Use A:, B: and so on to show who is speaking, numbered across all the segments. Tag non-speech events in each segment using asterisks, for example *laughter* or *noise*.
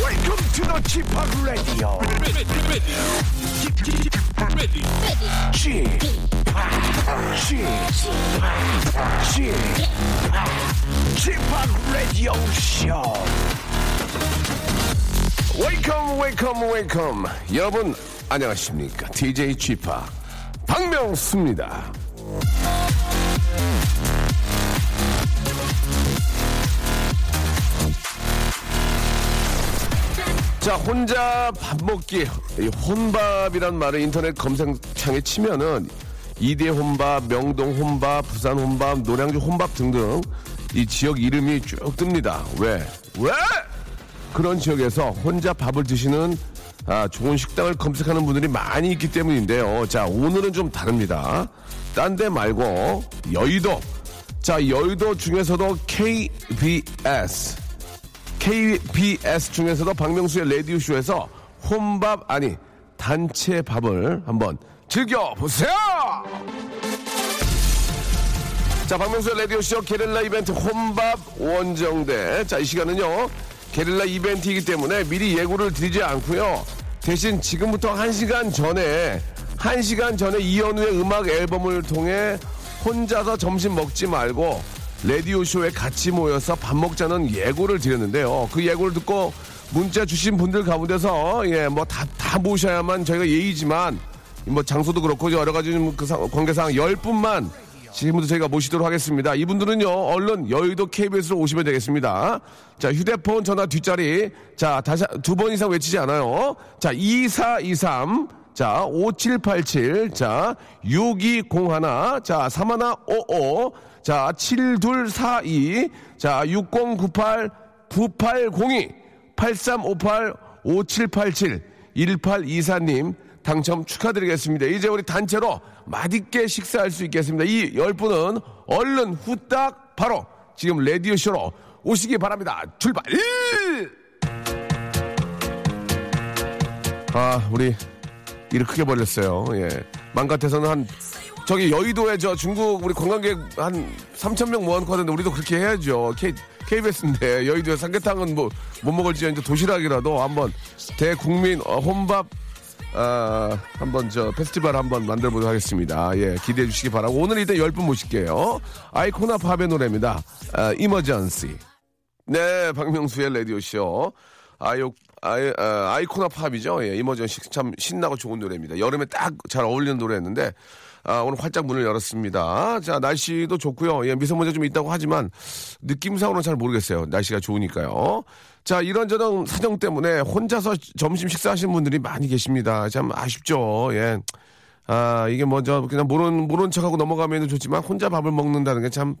A: Welcome to the Chip Radio. Chip, Chip, Chip Radio Show. Welcome, welcome, welcome. 여러분 안녕하십니까? DJ Chip 박명수입니다. 자, 혼자 밥 먹기. 이 혼밥이란 말을 인터넷 검색창에 치면은 이대 혼밥, 명동 혼밥, 부산 혼밥, 노량주 혼밥 등등 이 지역 이름이 쭉 뜹니다. 왜? 왜? 그런 지역에서 혼자 밥을 드시는 아, 좋은 식당을 검색하는 분들이 많이 있기 때문인데요. 자, 오늘은 좀 다릅니다. 딴 데 말고 여의도. 자, 여의도 중에서도 KBS. KBS 중에서도 박명수의 라디오쇼에서 혼밥 아니 단체 밥을 한번 즐겨보세요! 자, 박명수의 라디오쇼 게릴라 이벤트 혼밥 원정대. 자, 이 시간은요, 게릴라 이벤트이기 때문에 미리 예고를 드리지 않고요. 대신 지금부터 1시간 전에, 1시간 전에 이현우의 음악 앨범을 통해 혼자서 점심 먹지 말고 라디오쇼에 같이 모여서 밥 먹자는 예고를 드렸는데요. 그 예고를 듣고 문자 주신 분들 가운데서, 예, 뭐 다, 다 모셔야만 저희가 예의지만 뭐 장소도 그렇고 여러 가지 좀그 상- 관계상 10분만 지금부터 저희가 모시도록 하겠습니다. 이분들은요, 얼른 여의도 KBS로 오시면 되겠습니다. 자, 휴대폰 전화 뒷자리. 자, 다시 두 번 이상 외치지 않아요. 자, 2423. 자, 5787. 자, 6201. 자, 3155. 자, 7242. 자, 6098. 9802. 8358 5787 1824님 당첨 축하드리겠습니다. 이제 우리 단체로 맛있게 식사할 수 있겠습니다. 이 열분은 얼른 후딱 바로 지금 라디오쇼로 오시기 바랍니다. 출발! 아, 우리 일을 크게 벌렸어요. 예. 망가태서는 한 저기 여의도에 저 중국 우리 관광객 한 3천 명 모아놓고 하는데 우리도 그렇게 해야죠. K, KBS인데 여의도에 삼계탕은 뭐 못 먹을지 이제 도시락이라도 한번 대국민 어, 혼밥 아, 한번 저 페스티벌 한번 만들어 보도록 하겠습니다. 예, 기대해 주시기 바라고 오늘 일단 10분 모실게요. 아이코나 팝의 노래입니다. 아, 이머전시. 네, 박명수의 라디오쇼. 아이오, 아이, 아, 아이코나 팝이죠. 예, 이머전시 참 신나고 좋은 노래입니다. 여름에 딱 잘 어울리는 노래였는데, 아, 오늘 활짝 문을 열었습니다. 자, 날씨도 좋고요. 예, 미세먼지 좀 있다고 하지만, 느낌상으로는 잘 모르겠어요. 날씨가 좋으니까요. 자, 이런저런 사정 때문에 혼자서 점심 식사하시는 분들이 많이 계십니다. 참 아쉽죠. 예. 아, 이게 먼저 그냥 모른, 모른 척하고 넘어가면 좋지만 혼자 밥을 먹는다는 게 참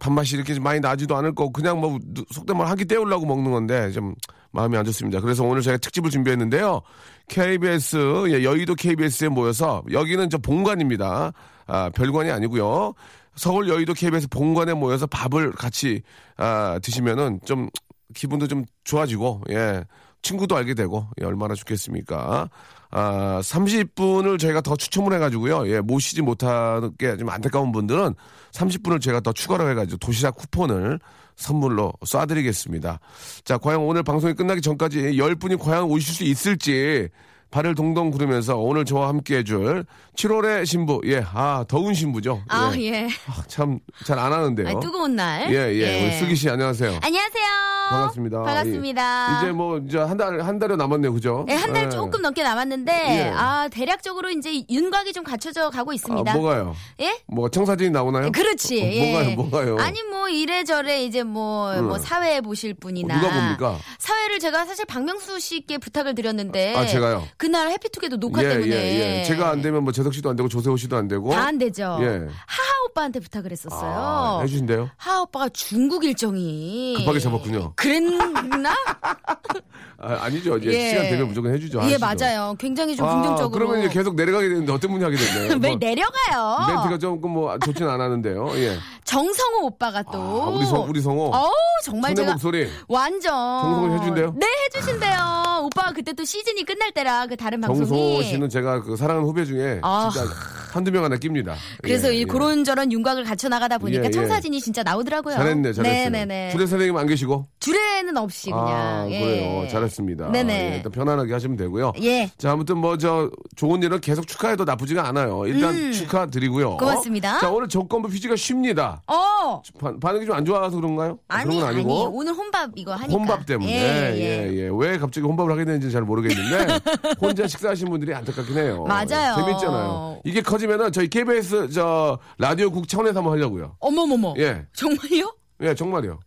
A: 밥맛이 이렇게 많이 나지도 않을 거고 그냥 뭐 누- 속된 말 하기 때우려고 먹는 건데 좀 마음이 안 좋습니다. 그래서 오늘 제가 특집을 준비했는데요. KBS, 예, 여의도 KBS에 모여서 여기는 저 본관입니다. 아, 별관이 아니고요. 서울 여의도 KBS 본관에 모여서 밥을 같이 아, 드시면은 좀 기분도 좀 좋아지고 예 친구도 알게 되고 예, 얼마나 좋겠습니까 아 30분을 저희가 더 추첨을 해가지고요 예 모시지 못하는 게 좀 안타까운 분들은 30분을 제가 더 추가로 해가지고 도시락 쿠폰을 선물로 쏴드리겠습니다 자 과연 오늘 방송이 끝나기 전까지 10분이 과연 오실 수 있을지 발을 동동 구르면서 오늘 저와 함께 해줄 7월의 신부 예 아 더운 신부죠
B: 아, 예.
C: 참 잘 안 하는데요
B: 아니, 뜨거운 날.
C: 어? 예, 예. 우리 슬기 씨 안녕하세요.
B: 안녕하세요.
C: 반갑습니다.
B: 반갑습니다.
C: 예. 이제 뭐 이제 한 달 한 달여 남았네요, 그죠?
B: 네, 한달
C: 예.
B: 조금 넘게 남았는데
C: 예.
B: 아 대략적으로 이제 윤곽이 좀 갖춰져 가고 있습니다.
C: 아, 뭐가요?
B: 예?
C: 뭐 청사진이 나오나요?
B: 그렇지.
C: 어,
B: 예.
C: 뭐가요, 뭐가요? 음.
B: 아니 뭐 이래저래 이제 뭐, 뭐 사회 보실 분이나
C: 어, 누가 봅니까?
B: 사회를 제가 사실 박명수 씨께 부탁을 드렸는데
C: 아, 제가요?
B: 그날 해피투게더 녹화
C: 예,
B: 때문에
A: 뭐
C: 예, 예. 제가 안 되면 뭐 재석 씨도 안 되고 조세호 씨도 안 되고.
B: 다 안 되죠.
C: 예.
B: 하하 오빠한테 부탁을 했었어요.
A: 아, 해주신대요?
B: 하 오빠가 중국 일정이
A: 급하게 잡았군요.
B: 그랬나?
A: 아, 니죠 이제 시간 되면 무조건 해주죠.
B: 예
A: 아시죠?
B: 맞아요. 굉장히 좀
A: 아,
B: 긍정적으로.
A: 그러면
B: *laughs*
A: 이제 계속 내려가게 되는데 어떤 분이 하게 됐나요? 뭐,
B: 매일 내려가요.
A: 멘트가 조금 뭐 좋진 않았는데요. 예.
B: 정성호 오빠가 또
A: 아, 우리 성- 우리 성호.
B: 어우, 정말
A: 손해
B: 제가
A: 목소리.
B: 완전
A: 정성호 해준대요?
B: 네 해주신대요. 오빠가 그때 또 시즌이 끝날 때라 그 다른 방송이.
A: 정소 씨는 제가 그 사랑하는 후배 중에
B: 아.
A: 진짜 한두 명 하나 낍니다.
B: 그래서
A: 예,
B: 이
A: 예.
B: 그런저런 윤곽을 갖춰 나가다 보니까
A: 예, 예.
B: 청사진이 진짜 나오더라고요.
A: 잘했네, 잘했어요.
B: 네네네.
A: 부대 선생님 안 계시고?
B: 주례는 없이 그냥.
A: 아,
B: 예.
A: 그래요. 잘했습니다.
B: 네네.
A: 예, 일단 편안하게 하시면 되고요.
B: 예.
A: 자, 아무튼 뭐 저 좋은 일은 계속 축하해도 나쁘지가 않아요. 일단 축하드리고요.
B: 음. 고맙습니다.
A: 자, 오늘 조건부 퀴즈가 쉽니다.
B: 어.
A: 반, 반응이 좀 안 좋아서 그런가요? 아,
B: 아니
A: 그런 건
B: 아니
A: 아니고.
B: 오늘 혼밥 이거 하니까.
A: 혼밥 때문에 예, 예, 왜 갑자기 혼밥을 하게 되는지 잘
B: *laughs*
A: 모르겠는데 혼자 식사하신 분들이 안타깝긴 해요. 예,
B: 맞아요.
A: 재밌잖아요. 이게 커지면은 저희 KBS 저 라디오국 차원에서 한번 하려고요.
B: 어머머머.
A: 예,
B: 정말요?
A: 예 정말이요.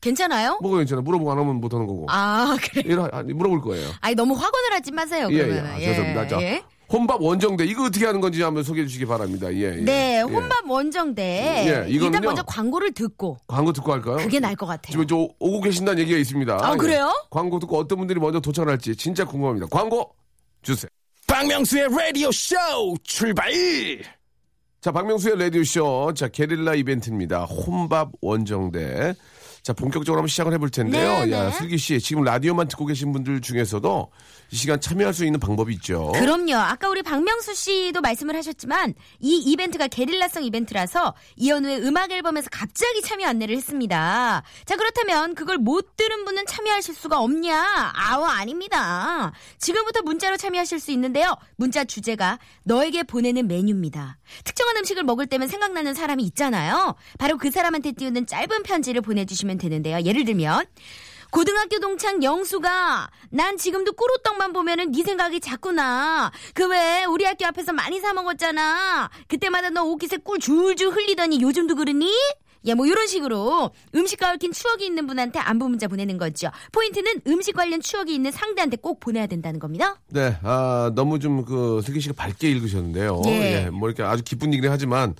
B: 괜찮아요?
A: 뭐가 괜찮아 물어보고 안 하면 못 하는 거고.
B: 아 그래.
A: 이러- 아니, 물어볼 거예요.
B: 아니 너무 확언을 하지 마세요.
A: 예, 예.
B: 그러면.
A: 아, 죄송합니다. 자, 혼밥 원정대 이거 어떻게 하는 건지 한번 소개해 주시기 바랍니다. 예. 예.
B: 네,
A: 예.
B: 혼밥 원정대.
A: 예, 이거는요.
B: 일단 먼저 광고를 듣고
A: 광고 듣고 할까요?
B: 그게 나을 것 같아요.
A: 지금 저 오고 계신다는 얘기가 있습니다.
B: 아,
A: 예.
B: 그래요?
A: 광고 듣고 어떤 분들이 먼저 도착할지 진짜 궁금합니다. 광고 주세요.
D: 박명수의 라디오 쇼 출발!
A: 자, 박명수의 라디오쇼. 자, 게릴라 이벤트입니다. 혼밥 원정대. 자, 본격적으로 한번 시작을 해볼 텐데요.
B: 네,
A: 야,
B: 네.
A: 슬기 씨. 지금 라디오만 듣고 계신 분들 중에서도 이 시간 참여할 수 있는 방법이 있죠.
B: 그럼요. 아까 우리 박명수 씨도 말씀을 하셨지만 이 이벤트가 게릴라성 이벤트라서 이현우의 음악 앨범에서 갑자기 참여 안내를 했습니다. 자 그렇다면 그걸 못 들은 분은 참여하실 수가 없냐? 아우 아닙니다. 지금부터 문자로 참여하실 수 있는데요. 문자 주제가 너에게 보내는 메뉴입니다. 특정한 음식을 먹을 때면 생각나는 사람이 있잖아요. 바로 그 사람한테 띄우는 짧은 편지를 보내주시면 되는데요. 예를 들면 고등학교 동창 영수가 난 지금도 꿀호떡만 보면은 네 생각이 자꾸 나. 그 왜 우리 학교 앞에서 많이 사 먹었잖아. 그때마다 너 옷깃에 꿀 줄줄 흘리더니 요즘도 그러니? 예, 뭐 이런 식으로 음식과 얽힌 추억이 있는 분한테 안부 문자 보내는 거죠. 포인트는 음식 관련 추억이 있는 상대한테 꼭 보내야 된다는 겁니다.
A: 네, 아, 너무 좀 그, 슬기 씨가 밝게 읽으셨는데요.
B: 예.
A: 뭐 이렇게 아주 기쁜 얘기긴 하지만,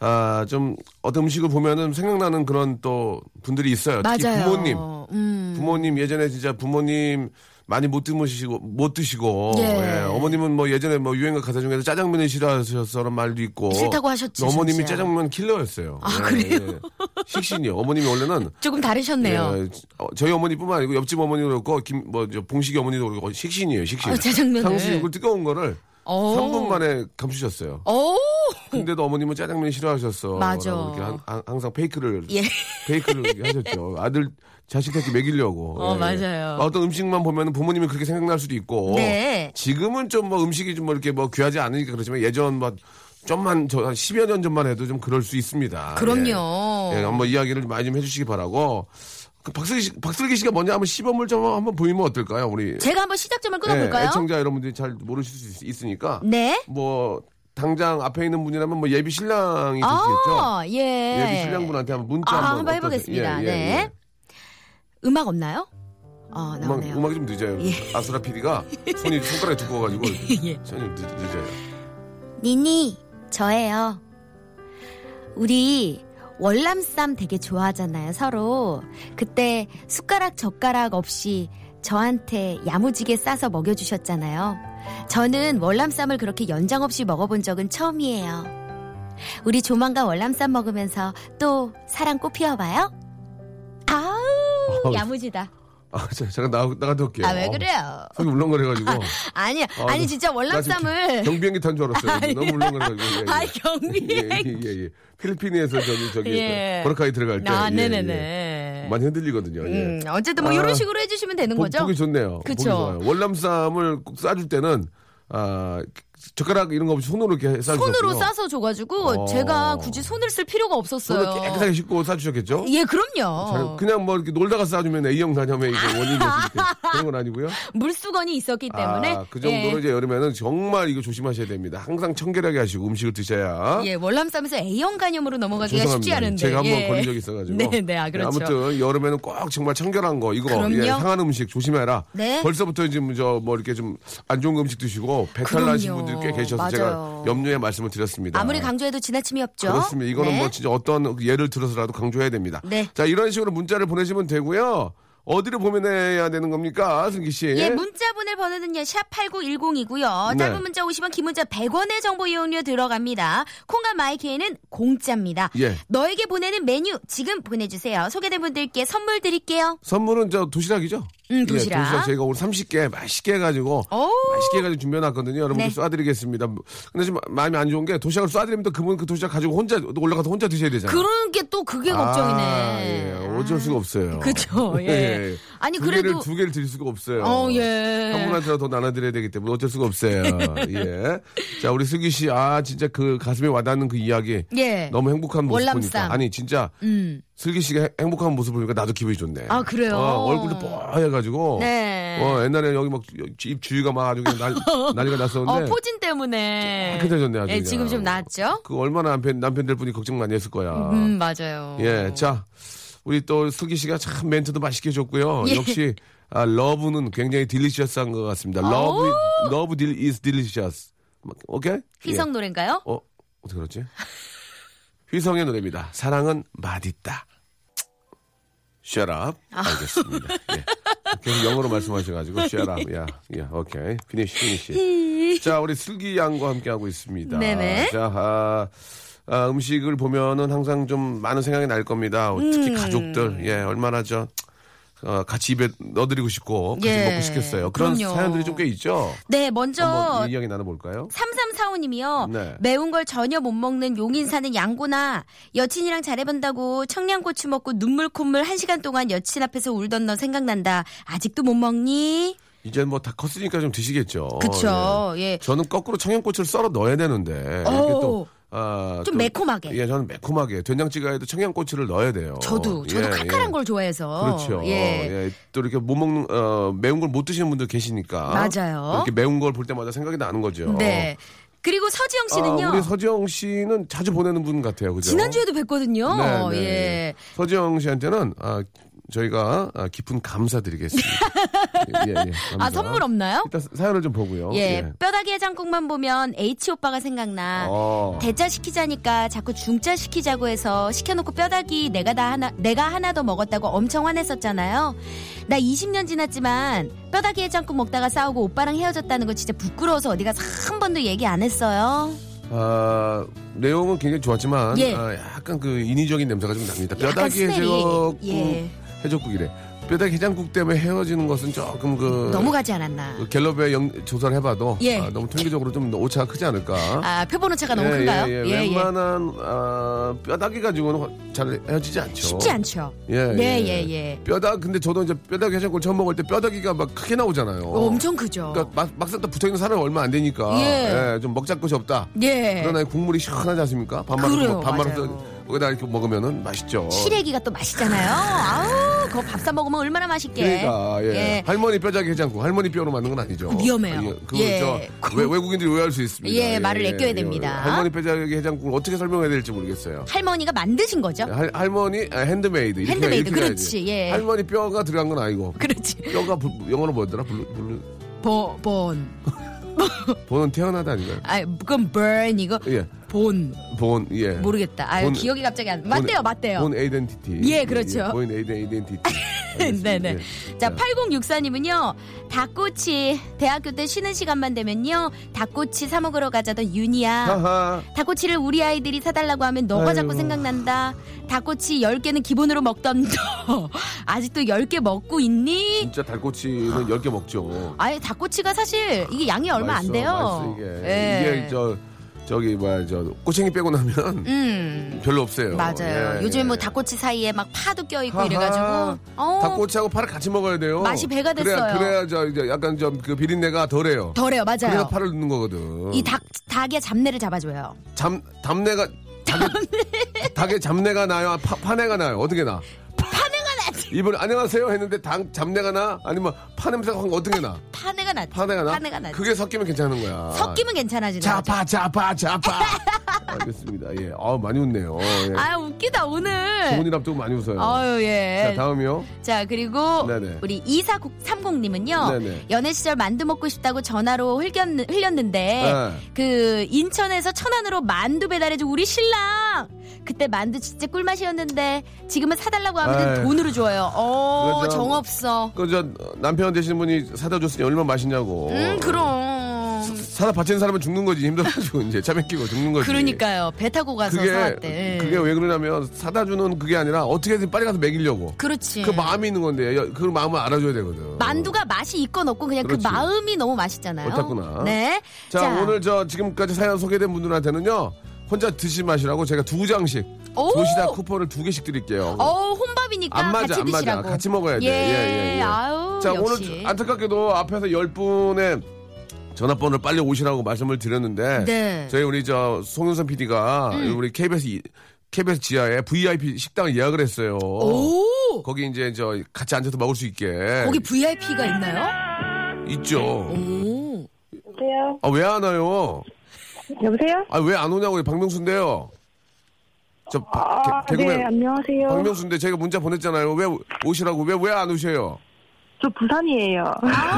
A: 아, 좀 어떤 음식을 보면은 생각나는 그런 또 분들이 있어요. 특히 부모님.
B: 음.
A: 부모님 예전에 진짜 부모님 많이 못 드시고 못 드시고
B: 예.
A: 예, 어머님은 뭐 예전에 뭐 유행가 가사 중에서 짜장면을 싫어하셨다는 말도 있고
B: 싫다고 하셨죠,
A: 어머님이
B: 진짜.
A: 짜장면 킬러였어요. 아 그래요? 식신이요. 어머님이 원래는
B: 조금 다르셨네요.
A: 예, 어, 저희 어머니뿐만 아니고 옆집 어머니도 그렇고 김뭐저 봉식이 어머니도 그렇고 식신이에요. 식신.
B: 아, 어. 짜장면을.
A: 탕수육을 뜨거운 거를
B: 오.
A: 3분 만에 감추셨어요.
B: 오!
A: 근데도 어머님은 짜장면 싫어하셨어.
B: 맞아.
A: 라고 이렇게 한- 한- 항상 페이크를
B: 예.
A: 페이크를 이렇게 하셨죠. 아들 자식한테 먹이려고. 예.
B: 어, 맞아요.
A: 어떤 음식만 보면 부모님이 그렇게 생각날 수도 있고.
B: 네.
A: 지금은 좀 뭐 음식이 좀 뭐 이렇게 뭐 귀하지 않으니까 그렇지만 예전 막 좀만 저한 10여 년 전만 해도 좀 그럴 수 있습니다.
B: 그럼요.
A: 예. 예, 한번 이야기를 많이 좀 해주시기 바라고. 그 박슬기, 씨- 박슬기 씨가 먼저 한번 시범을 좀 한번 보이면 어떨까요? 우리
B: 제가 한번 시작점을
A: 예,
B: 끊어볼까요?
A: 애청자 여러분들이 잘 모르실 수 있, 으니까
B: 네.
A: 뭐 당장 앞에 있는 분이라면 뭐 예비 신랑이 되시겠죠.
B: 아, 예.
A: 예비 신랑분한테 한번 문자
B: 아,
A: 한번,
B: 한번
A: 어떠세요? 예,
B: 해보겠습니다.
A: 예,
B: 네.
A: 예.
B: 음악 없나요? 어,
A: 음악,
B: 나오네요.
A: 음악이 좀 늦어요.
B: 예.
A: 아수라 PD가 손이 손가락이 두꺼워가지고
B: *laughs*
A: 손이 좀 늦, 늦어요.
B: 니니, 저예요. 우리 월남쌈 되게 좋아하잖아요, 서로. 그때 숟가락 젓가락 없이 저한테 야무지게 싸서 먹여주셨잖아요. 저는 월남쌈을 그렇게 연장 없이 먹어본 적은 처음이에요. 우리 조만간 월남쌈 먹으면서 또 사랑 꽃피워봐요. 아우,
A: 아우. 예.
B: 야무지다.
A: 아, 자, 잠깐 나, 나갔다 올게요.
B: 아, 왜 그래요?
A: 손이 울렁거려가지고.
B: 아니야,
A: 아,
B: *laughs* 아니
A: 나-
B: 진짜
A: 나 지금
B: 월남쌈을.
A: 경비행기 탄 줄
B: *laughs*
A: 알았어요. 너무 울렁거려가지고. 예, 예.
B: 아, 경비행.
A: 예, 예, 예. 필리핀에서 저기, 저기,
B: 예.
A: 버라카이 들어갈 때.
B: 아,
A: 예, 예.
B: 네네네.
A: 많이 흔들리거든요. 예.
B: 음, 어쨌든 뭐
A: 아,
B: 이런 식으로 해주시면 되는
A: 보,
B: 거죠.
A: 보기 좋네요.
B: 그쵸.
A: 보기 좋아요. 월남쌈을 꼭 싸줄 때는 아 젓가락 이런 거 없이 손으로 이렇게 싸주셨어요.
B: 손으로 싸서 줘가지고
A: 어.
B: 제가 굳이 손을 쓸 필요가 없었어요.
A: 손을 깨끗하게 씻고 싸주셨겠죠?
B: 예,
A: 잘-
B: 그럼요.
A: 그냥 뭐 이렇게 놀다가 싸주면 A형 간염의 이게 원인이 됐으니까 그런 건 아니고요.
B: 물수건이 있었기 아. *laughs* 때문에 예.
A: 아, 그 정도로 이제 여름에는 정말 이거 조심하셔야 됩니다. 항상 청결하게 하시고 음식을 드셔야.
B: 예, 예, 월남쌈에서 A형 간염으로 넘어가기가
A: 죄송합니다.
B: 뭐 쉽지 않은데.
A: 제가 한번
B: 예.
A: 걸린 적이 있어가지고.
B: *laughs* 네, 네, 아, 그렇죠.
A: 아무튼 여름에는 꼭 정말 청결한 거 이거
B: 그럼요.
A: 예, 상한 음식 조심해라.
B: 네.
A: 벌써부터 지금 저 뭐 이렇게 좀 안 좋은 음식 드시고 배탈 나신
B: 그럼요.
A: 분들이 꽤 계셔서
B: 맞아요.
A: 제가 염려의 말씀을 드렸습니다.
B: 아무리 강조해도 지나침이 없죠.
A: 그렇습니다. 이거는
B: 네.
A: 뭐 진짜 어떤 예를 들어서라도 강조해야 됩니다.
B: 네.
A: 자, 이런 식으로 문자를 보내시면 되고요. 어디를 보내야 되는 겁니까, 승기 씨?
B: 예, 문자 보낼 번호는요. 샵 8910이고요.
A: 네.
B: 짧은 문자 50원, 긴 문자 100원의 정보 이용료 들어갑니다. 콩과 마이케이는 공짜입니다.
A: 예.
B: 너에게 보내는 메뉴 지금 보내 주세요. 소개된 분들께 선물 드릴게요.
A: 선물은 저 도시락이죠?
B: 음, 도시락.
A: 예, 도시락 저희가 오늘 30개 맛있게 해가지고
B: 어우.
A: 맛있게 해가지고 준비해놨거든요. 여러분들
B: 네.
A: 쏴드리겠습니다. 근데 지금 마음이 안 좋은 게 도시락을 쏴드리면 또 그분 그 도시락 가지고 혼자 올라가서 혼자 드셔야 되잖아요.
B: 그런 게 또 그게
A: 아,
B: 걱정이네.
A: 예, 어쩔 수가 없어요. *laughs*
B: 그쵸, 예. 아니,
A: 두
B: 그래도-
A: 개를, 두 개를 드릴 수가 없어요.
B: 어, 예.
A: 한 분한테라도 더 나눠드려야 되기 때문에 어쩔 수가
B: *laughs*
A: 없어요. 예. 자, 우리 슬기 씨, 아, 진짜 그 가슴에 와닿는 그 이야기.
B: 예.
A: 너무 행복한 모습
B: 월남쌈.
A: 보니까. 아니, 진짜.
B: 음.
A: 슬기 씨가 행- 행복한 모습 보니까 나도 기분이 좋네.
B: 아, 그래요?
A: 어, 얼굴도 뽀해가지고.
B: 네.
A: 어, 옛날에 여기 막 입 주위가 막 아주 그냥 난,
B: *laughs*
A: 난리가
B: 어,
A: 났었는데.
B: 포진 때문에.
A: 깨끗해졌네, 아주
B: 예,
A: 그냥.
B: 지금 좀 낫죠?
A: 그 얼마나 남편, 남편 될 분이 걱정 많이 했을 거야.
B: 음, 맞아요.
A: 예, 자 우리 또 슬기 씨가 참 멘트도 맛있게 줬고요.
B: *laughs* 예.
A: 역시 아, 러브는 굉장히 딜리셔스한 것 같습니다. 러브 러브 딜 is delicious. 오케이?
B: 휘성
A: 예.
B: 노래인가요?
A: 어 어떻게 그렇지? 휘성의 노래입니다. 사랑은 맛있다. Shut up. 알겠습니다. 예. 계속 영어로 말씀하셔가지고 shut up. 야, 야, 오케이. 피니시,
B: *laughs*
A: 피니시. 자, 우리 슬기 양과 함께 하고 있습니다.
B: 네네.
A: 자, 아, 아, 음식을 보면은 항상 좀 많은 생각이 날 겁니다.
B: 음.
A: 특히 가족들, 예, 얼마나 저. 어, 같이 입에 넣어드리고 싶고 같이
B: 예.
A: 먹고 싶겠어요. 그런
B: 그럼요.
A: 사연들이 좀 꽤 있죠.
B: 네, 먼저
A: 한번 예. 이 이야기 나눠볼까요?
B: 3345님이요.
A: 네.
B: 매운 걸 전혀 못 먹는 용인 사는 양고나 여친이랑 잘해본다고 청양고추 먹고 눈물 콧물 한 시간 동안 여친 앞에서 울던 너 생각난다. 아직도 못 먹니?
A: 이제 뭐 다 컸으니까 좀 드시겠죠.
B: 그쵸.
A: 예.
B: 예.
A: 저는 거꾸로 청양고추를 썰어 넣어야 되는데 이렇게
B: 오.
A: 또, 아,
B: 좀
A: 또-
B: 매콤하게.
A: 예, 저는 매콤하게 된장찌개에도 청양고추를 넣어야 돼요.
B: 저도 저도
A: 예,
B: 칼칼한
A: 예.
B: 걸 좋아해서.
A: 그렇죠.
B: 예.
A: 예, 또 이렇게 못 먹는 어, 매운 걸 못 드시는 분들 계시니까
B: 맞아요.
A: 이렇게 매운 걸 볼 때마다 생각이 나는 거죠.
B: 네. 그리고 서지영 씨는요.
A: 어. 아, 우리 서지영 씨는 자주 보내는 분 같아요. 그죠?
B: 지난주에도 뵀거든요.
A: 네, 네.
B: 예.
A: 서지영 씨한테는 아, 저희가 아, 깊은
B: *laughs*
A: 감사드리겠습니다. 예, 예, 감사.
B: 아, 선물 없나요?
A: 일단 사연을 좀 보고요.
B: 예, 뼈다귀 해장국만 보면 H 오빠가 생각나.
A: 어.
B: 아, 대짜 시키자니까 자꾸 중짜 시키자고 해서 시켜놓고 뼈다귀 내가 다 하나 내가 하나 더 먹었다고 엄청 화냈었잖아요. 나 20년 지났지만 뼈다귀 해장국 먹다가 싸우고 오빠랑 헤어졌다는 거 진짜 부끄러워서 어디 가서 한 번도 얘기 안 했어요.
A: 아, 내용은 굉장히 좋았지만
B: 예.
A: 아, 약간 그 인위적인 냄새가 좀 납니다.
B: 약간
A: 뼈다귀
B: 스멜이,
A: 해장국
B: 예.
A: 해장국이래. 뼈다귀 해장국 때문에 헤어지는 것은 조금 그
B: 너무 가지 않았나?
A: 그 갤럽에 영- 조사를 해봐도
B: 예.
A: 아, 너무 통계적으로 좀 오차가 크지 않을까.
B: 아 표본 오차가 너무
A: 예,
B: 큰가요?
A: 예, 예. 웬만한 아, 뼈다귀 가지고는 잘 헤어지지 않죠.
B: 쉽지 않죠.
A: 예,
B: 네,
A: 예.
B: 예, 예.
A: 뼈다 근데 저도 이제 뼈다귀 해장국 처음 먹을 때 뼈다귀가 막 크게 나오잖아요.
B: 어, 엄청 크죠.
A: 그러니까 막, 막상 딱 붙어있는 사람이 얼마 안 되니까
B: 예.
A: 예, 좀 먹자 것이 없다.
B: 예.
A: 그러나 국물이 시원하지 않습니까?
B: 그래요,
A: 반말로
B: 맞아요.
A: 반말로 거기다 이렇게 먹으면은 맛있죠.
B: 시래기가 또 맛있잖아요. 아우, 그거 밥 싸 먹으면 얼마나 맛있게.
A: 그러니까 예. 할머니 뼈자기 해장국 할머니 뼈로 만든 건 아니죠.
B: 위험해요.
A: 그거
B: 예.
A: 저 외, 외국인들이 오해할 수 있습니다.
B: 예, 말을 아껴야 됩니다.
A: 할머니 뼈자기 해장국을 어떻게 설명해야 될지 모르겠어요.
B: 할머니가 만드신 거죠?
A: 할, 할머니 아, 핸드메이드 이렇게
B: 핸드메이드,
A: 이렇게
B: 그렇지,
A: 해야지.
B: 예.
A: 할머니 뼈가 들어간 건 아니고
B: 그렇지.
A: 뼈가 부- 영어로 뭐였더라? 블루, 블루,
B: 보, 본.
A: 보는 태어나다 아닌가요?
B: 아, 그건 burn 이거
A: 예.
B: 본
A: 본 예.
B: 모르겠다. 아,
A: 본-
B: 기억이 갑자기 안. 맞대요,
A: 본-
B: 맞대요.
A: 본 에이덴티티.
B: 예, 그렇죠.
A: 본 에이덴 에이덴티티. 알겠습니다.
B: *laughs* 네네.
A: 예.
B: 자, 8064님은요, 닭꼬치. 대학교 때 쉬는 시간만 되면요, 닭꼬치 사먹으러 가자던 윤이야.
A: 하하.
B: 닭꼬치를 우리 아이들이 사달라고 하면 너가
A: 아.
B: 자꾸
A: 아이고.
B: 생각난다. 닭꼬치 10개는 기본으로 먹던 너. *laughs* 아직도 10개 먹고 있니?
A: 진짜 달꼬치는 10개 먹죠.
B: 아예 닭꼬치가 사실 이게 양이 아, 얼마 안
A: 맛있어,
B: 돼요.
A: 맛있어, 이게.
B: 예.
A: 이게 저 저기 뭐야 저 꼬챙이 빼고 나면
B: 음.
A: 별로 없어요.
B: 맞아요.
A: 예,
B: 요즘에 뭐
A: 예.
B: 닭꼬치 사이에 막 파도 껴있고
A: 하하.
B: 이래가지고. 어,
A: 닭꼬치하고 파를 같이 먹어야 돼요.
B: 맛이 배가 됐어요.
A: 그래야, 그래야 저 이제 약간 좀 그 비린내가 덜해요.
B: 덜해요.
A: 그래서
B: 맞아요.
A: 파를 넣는 거거든.
B: 이 닭, 닭의 잡내를 잡아줘요.
A: 잠 담내가 닭의, 닭의 잡내가 나요. 파, 파내가 나요. 어떻게 나?
B: 파내가 나지.
A: 이번 안녕하세요 했는데 닭 잡내가 나? 아니면 파 냄새가 확 어떻게 나?
B: 파내가 나지.
A: 파내가 그 아. 나?
B: 파내가 나지.
A: 그게 섞이면 괜찮은 거야.
B: 섞이면 괜찮아지는 거죠. *laughs*
A: 자파 자파 자파. 알겠습니다. 예. 아 많이 웃네요. 예.
B: 아 웃기다 오늘.
A: 부모님 앞두고 많이 웃어요.
B: 아유 예.
A: 자, 다음이요.
B: 자 그리고
A: 네네.
B: 우리 2430님은요
A: 네네.
B: 연애 시절 만두 먹고 싶다고 전화로 흘겼, 흘렸는데
A: 네.
B: 그 인천에서 천안으로 만두 배달해줘 우리 신랑 그때 만두 진짜 꿀맛이었는데 지금은 사달라고 하면
A: 아유.
B: 돈으로 줘요 어
A: 그거 좀-
B: 정없어
A: 그저 남편 되시는 분이 사다 줬으니 얼마나 맛있냐고.
B: 음 그럼
A: 사다 바친 사람은 죽는 거지 힘들어가지고 *laughs* 이제 차에 끼고 죽는 거지.
B: 그러니까요 배 타고 가서 예.
A: 그게
B: 사왔대
A: 그게 왜 그러냐면 사다 주는 그게 아니라 어떻게든 빨리 가서 먹이려고.
B: 그렇지 예.
A: 그 마음이 있는 건데 여- 그 마음을 알아줘야 되거든.
B: 만두가 맛이 있건 없건 그냥 그
A: 그렇지.
B: 마음이 너무 맛있잖아요
A: 옳았구나.
B: 네
A: 자, 오늘 저 지금까지 사연 소개된 분들한테는요 혼자 드시 마시라고 제가 두 장씩
B: 오!
A: 도시락 쿠폰을 두 개씩 드릴게요.
B: 어 혼밥이니까
A: 안 맞아,
B: 같이
A: 안 맞아.
B: 드시라고.
A: 같이 먹어야 돼.
B: 예,
A: 예, 예, 예.
B: 아우
A: 자
B: 역시.
A: 오늘 안타깝게도 앞에서 열 분의 전화번호를 빨리 오시라고 말씀을 드렸는데
B: 네. 음.
A: 저희 우리 저 송윤선 PD가 우리 KBS 이- KBS 지하에 VIP 식당을 예약을 했어요.
B: 오
A: 거기 이제 저 같이 앉아서 먹을 수 있게
B: 거기 네. 음. VIP가 있나요?
A: 있죠.
B: 오
E: 여보세요?
A: 아 왜 안 와요?
E: 여보세요?
A: 아 왜 안 오냐고요? 박명수인데요. 저 바-
E: 아,
A: 개,
E: 네,
A: 개그맨
E: 안녕하세요.
A: 박명수인데 제가 문자 보냈잖아요. 왜 오시라고 왜 왜 안 오셔요?
E: 저 부산이에요.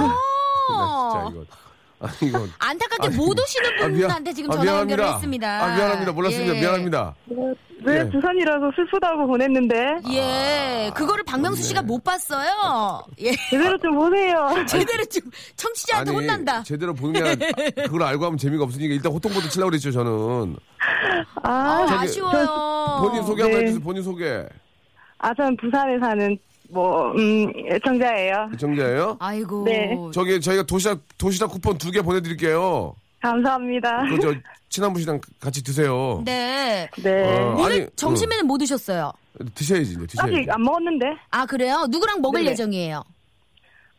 B: 어.
A: 나 진짜 이거 아니 이거
B: 안타깝게
A: 아니,
B: 못 오시는
A: 아, 미안-
B: 분한테 지금
A: 아,
B: 전화
A: 미안합니다.
B: 연결을 했습니다.
A: 아, 미안합니다. 몰랐습니다.
B: 예.
A: 미안합니다.
E: 왜
A: 예.
E: 부산이라서 슬프다고 보냈는데?
A: 아,
B: 예, 그거를 박명수
A: 네.
B: 씨가 못 봤어요. 예,
E: 제대로 좀 보세요.
B: 제대로 지금 청취자한테 혼난다.
A: 제대로 보는 게 아니라 그걸 알고 하면 재미가 없으니까 일단 호통부터 치려고 그랬죠, 저는.
B: 아,
E: 아,
B: 아쉬워요.
A: 본인 소개 한번
E: 네.
A: 해주세요, 본인 소개.
E: 아, 전 부산에 사는, 뭐, 음, 애청자예요.
A: 정자예요?
B: 아이고. 뭐.
E: 네.
A: 저기 저희가 도시락, 도시락 쿠폰 두 개 보내드릴게요.
E: 감사합니다.
A: 그 저 친한 분이랑 같이 드세요.
B: 네.
E: 네.
A: 어,
B: 오늘
A: 아니,
B: 점심에는 못 오셨어요.
A: 어, 드셔야지, 이제 드셔야지.
E: 아직 안 먹었는데?
B: 아, 그래요? 누구랑 먹을
E: 네네.
B: 예정이에요?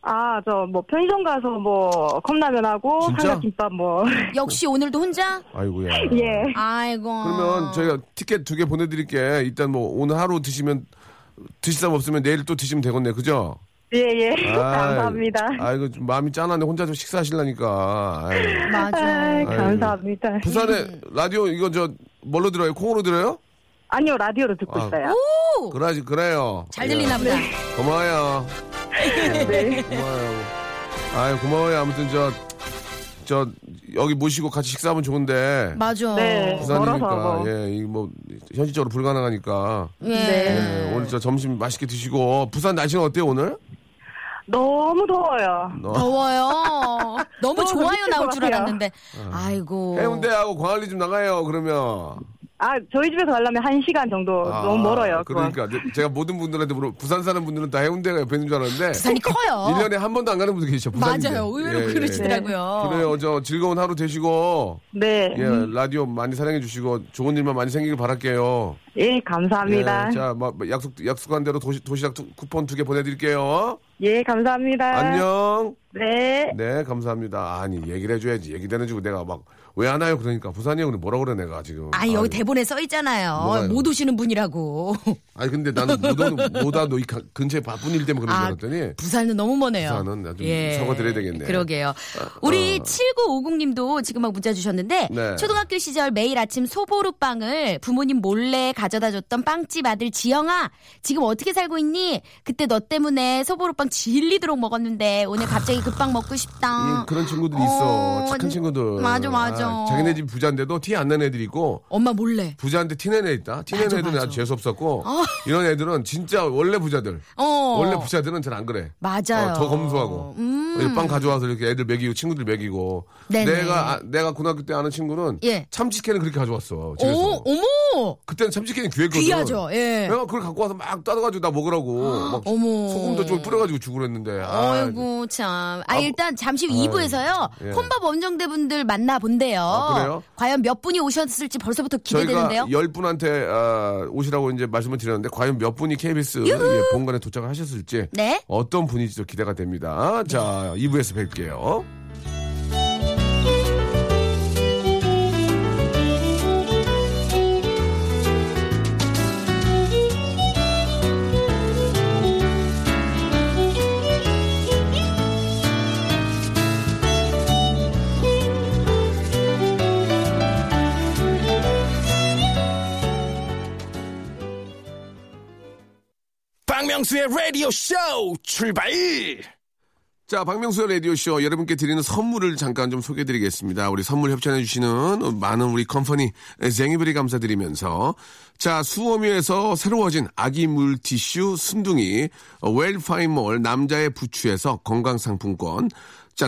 E: 아, 저, 뭐, 편의점 가서 뭐, 컵라면하고,
A: 진짜?
E: 삼각김밥 뭐. *laughs*
B: 역시 오늘도 혼자?
A: 아이고야.
E: 예.
B: 아이고.
A: 그러면 저희가 티켓 두 개 보내드릴게. 일단 뭐 오늘 하루 드시면 드실 사람 없으면 내일 또 드시면 되겠네, 그죠?
E: 예, 예.
A: 아이,
E: 감사합니다.
A: 아이고 좀 마음이 짠하네 혼자 좀 식사하시려니까. 아이고.
E: 아,
B: 맞아.
E: 감사합니다.
A: 부산에
E: 음.
A: 라디오 이거 저 뭘로 들어요? 콩으로 들어요?
E: 아니요, 라디오로 듣고
A: 아.
E: 있어요.
B: 오!
A: 그래야지 그래요.
B: 잘 들리나 보다.
A: 예, 고마워요.
E: 네.
A: 고마워요. 아유 고마워요. 아무튼 저 저 여기 모시고 같이 식사하면 좋은데
B: 맞아.
E: 네. 멀어서
A: 부산이니까
E: 뭐.
A: 예이뭐 현실적으로 불가능하니까
B: 예.
E: 네.
A: 예, 오늘 저 점심 맛있게 드시고 부산 날씨는 어때요 오늘?
E: 너무 더워요.
A: 너
B: 더워요. 너무
E: 너무
B: 좋아요
E: 미칠
B: 나올
E: 것
B: 줄
E: 같아요.
B: 알았는데.
A: 어.
B: 아이고.
A: 네, 해운대하고 광안리 좀 나가요 그러면.
E: 아, 저희 집에서 가려면 한 시간 정도
A: 아,
E: 너무 멀어요. 그건.
A: 그러니까 내- 제가 모든 분들한테 물어 부산 사는 분들은 다 해운대가 옆에 있는 줄 알았는데
B: 부산이 커요.
A: 1년에 한 번도 안 가는 분들 계시죠. 부산인데.
B: 맞아요. 의외로
A: 예, 예.
B: 그러시더라고요.
A: 그래요. 저 즐거운 하루 되시고
E: 네.
A: 예, 라디오 많이 사랑해 주시고 좋은 일만 많이 생기길 바랄게요.
E: 예,
A: 예,
E: 감사합니다.
A: 자, 마- 마- 약속 약속한 대로 도시, 도시락 두- 쿠폰 두 개 보내 드릴게요.
E: 예, 감사합니다.
A: 안녕.
E: 네.
A: 네, 감사합니다. 아니, 얘기를 해 줘야지. 얘기 되는 지고 내가 막 왜 안 와요? 그러니까 부산이 오늘 뭐라 그래 내가 지금.
B: 아 여기
A: 아유.
B: 대본에 써 있잖아요.
A: 뭐가요?
B: 못 오시는 분이라고.
A: 아니 근데 나는 못 오는 못와 너이 근처에 바쁜 일 때문에
B: 아,
A: 그런 줄 알았더니
B: 부산은 너무 머네요. 예.
A: 부산은 나좀 사과드려야 되겠네.
B: 그러게요. 우리 7950님도 지금 막 문자 주셨는데
A: 네.
B: 초등학교 시절 매일 아침 소보루빵을 부모님 몰래 가져다줬던 빵집 아들 지영아 지금 어떻게 살고 있니? 그때 너 때문에 소보루빵 질리도록 먹었는데 오늘 갑자기 그 빵 먹고 싶다.
A: 이- 음, 그런 친구들이 있어.
B: 어,
A: 착한 친구들.
B: 맞아, 맞아.
A: 아, 자기네 집 부자인데도 티 안 난 애들 이 있고
B: 엄마 몰래.
A: 부자인데 티낸 애 있다. 티낸
B: 맞아,
A: 애들은
B: 맞아.
A: 아주 재수 없었고 이런 애들은 진짜 원래 부자들.
B: 어.
A: 원래 부자들은 잘 안 그래.
B: 맞아요.
A: 어, 더 검소하고
B: 음.
A: 빵 가져와서 이렇게 애들 먹이고 친구들 먹이고
B: 네네.
A: 내가 아, 내가 고등학교 때 아는 친구는
B: 예.
A: 참치캔을 그렇게 가져왔어 집에서.
B: 오, 어머.
A: 그때는 참치캔이 귀했거든.
B: 귀하죠. 예. 아,
A: 내가 그걸 갖고 와서 막 따가지고 나 먹으라고 막
B: 어머.
A: 소금도 좀 뿌려가지고 주고 그랬는데. 아,
B: 어이구 참. 아, 일단 잠시 후 2부에서요.
A: 뭐, 예.
B: 혼밥 원정대 분들 만나 본대요.
A: 아, 그래요?
B: 과연 몇 분이 오셨을지 벌써부터 기대되는데요.
A: 저희가 열 분한테 아, 오시라고 이제 말씀을 드렸는데 과연 몇 분이 KBS 예, 본관에 도착을 하셨을지
B: 네.
A: 어떤 분인지도 기대가 됩니다. 자, 2부에서 뵐게요.
C: 박명수의 라디오 쇼 출발!
A: 자, 박명수의 라디오쇼 여러분께 드리는 선물을 잠깐 좀 소개해드리겠습니다. 우리 선물 협찬해주시는 많은 우리 컴퍼니 쟁이브리 감사드리면서 자, 수어미에서 새로워진 아기 물티슈 순둥이 어, 웰파인몰 남자의 부추에서 건강상품권 자,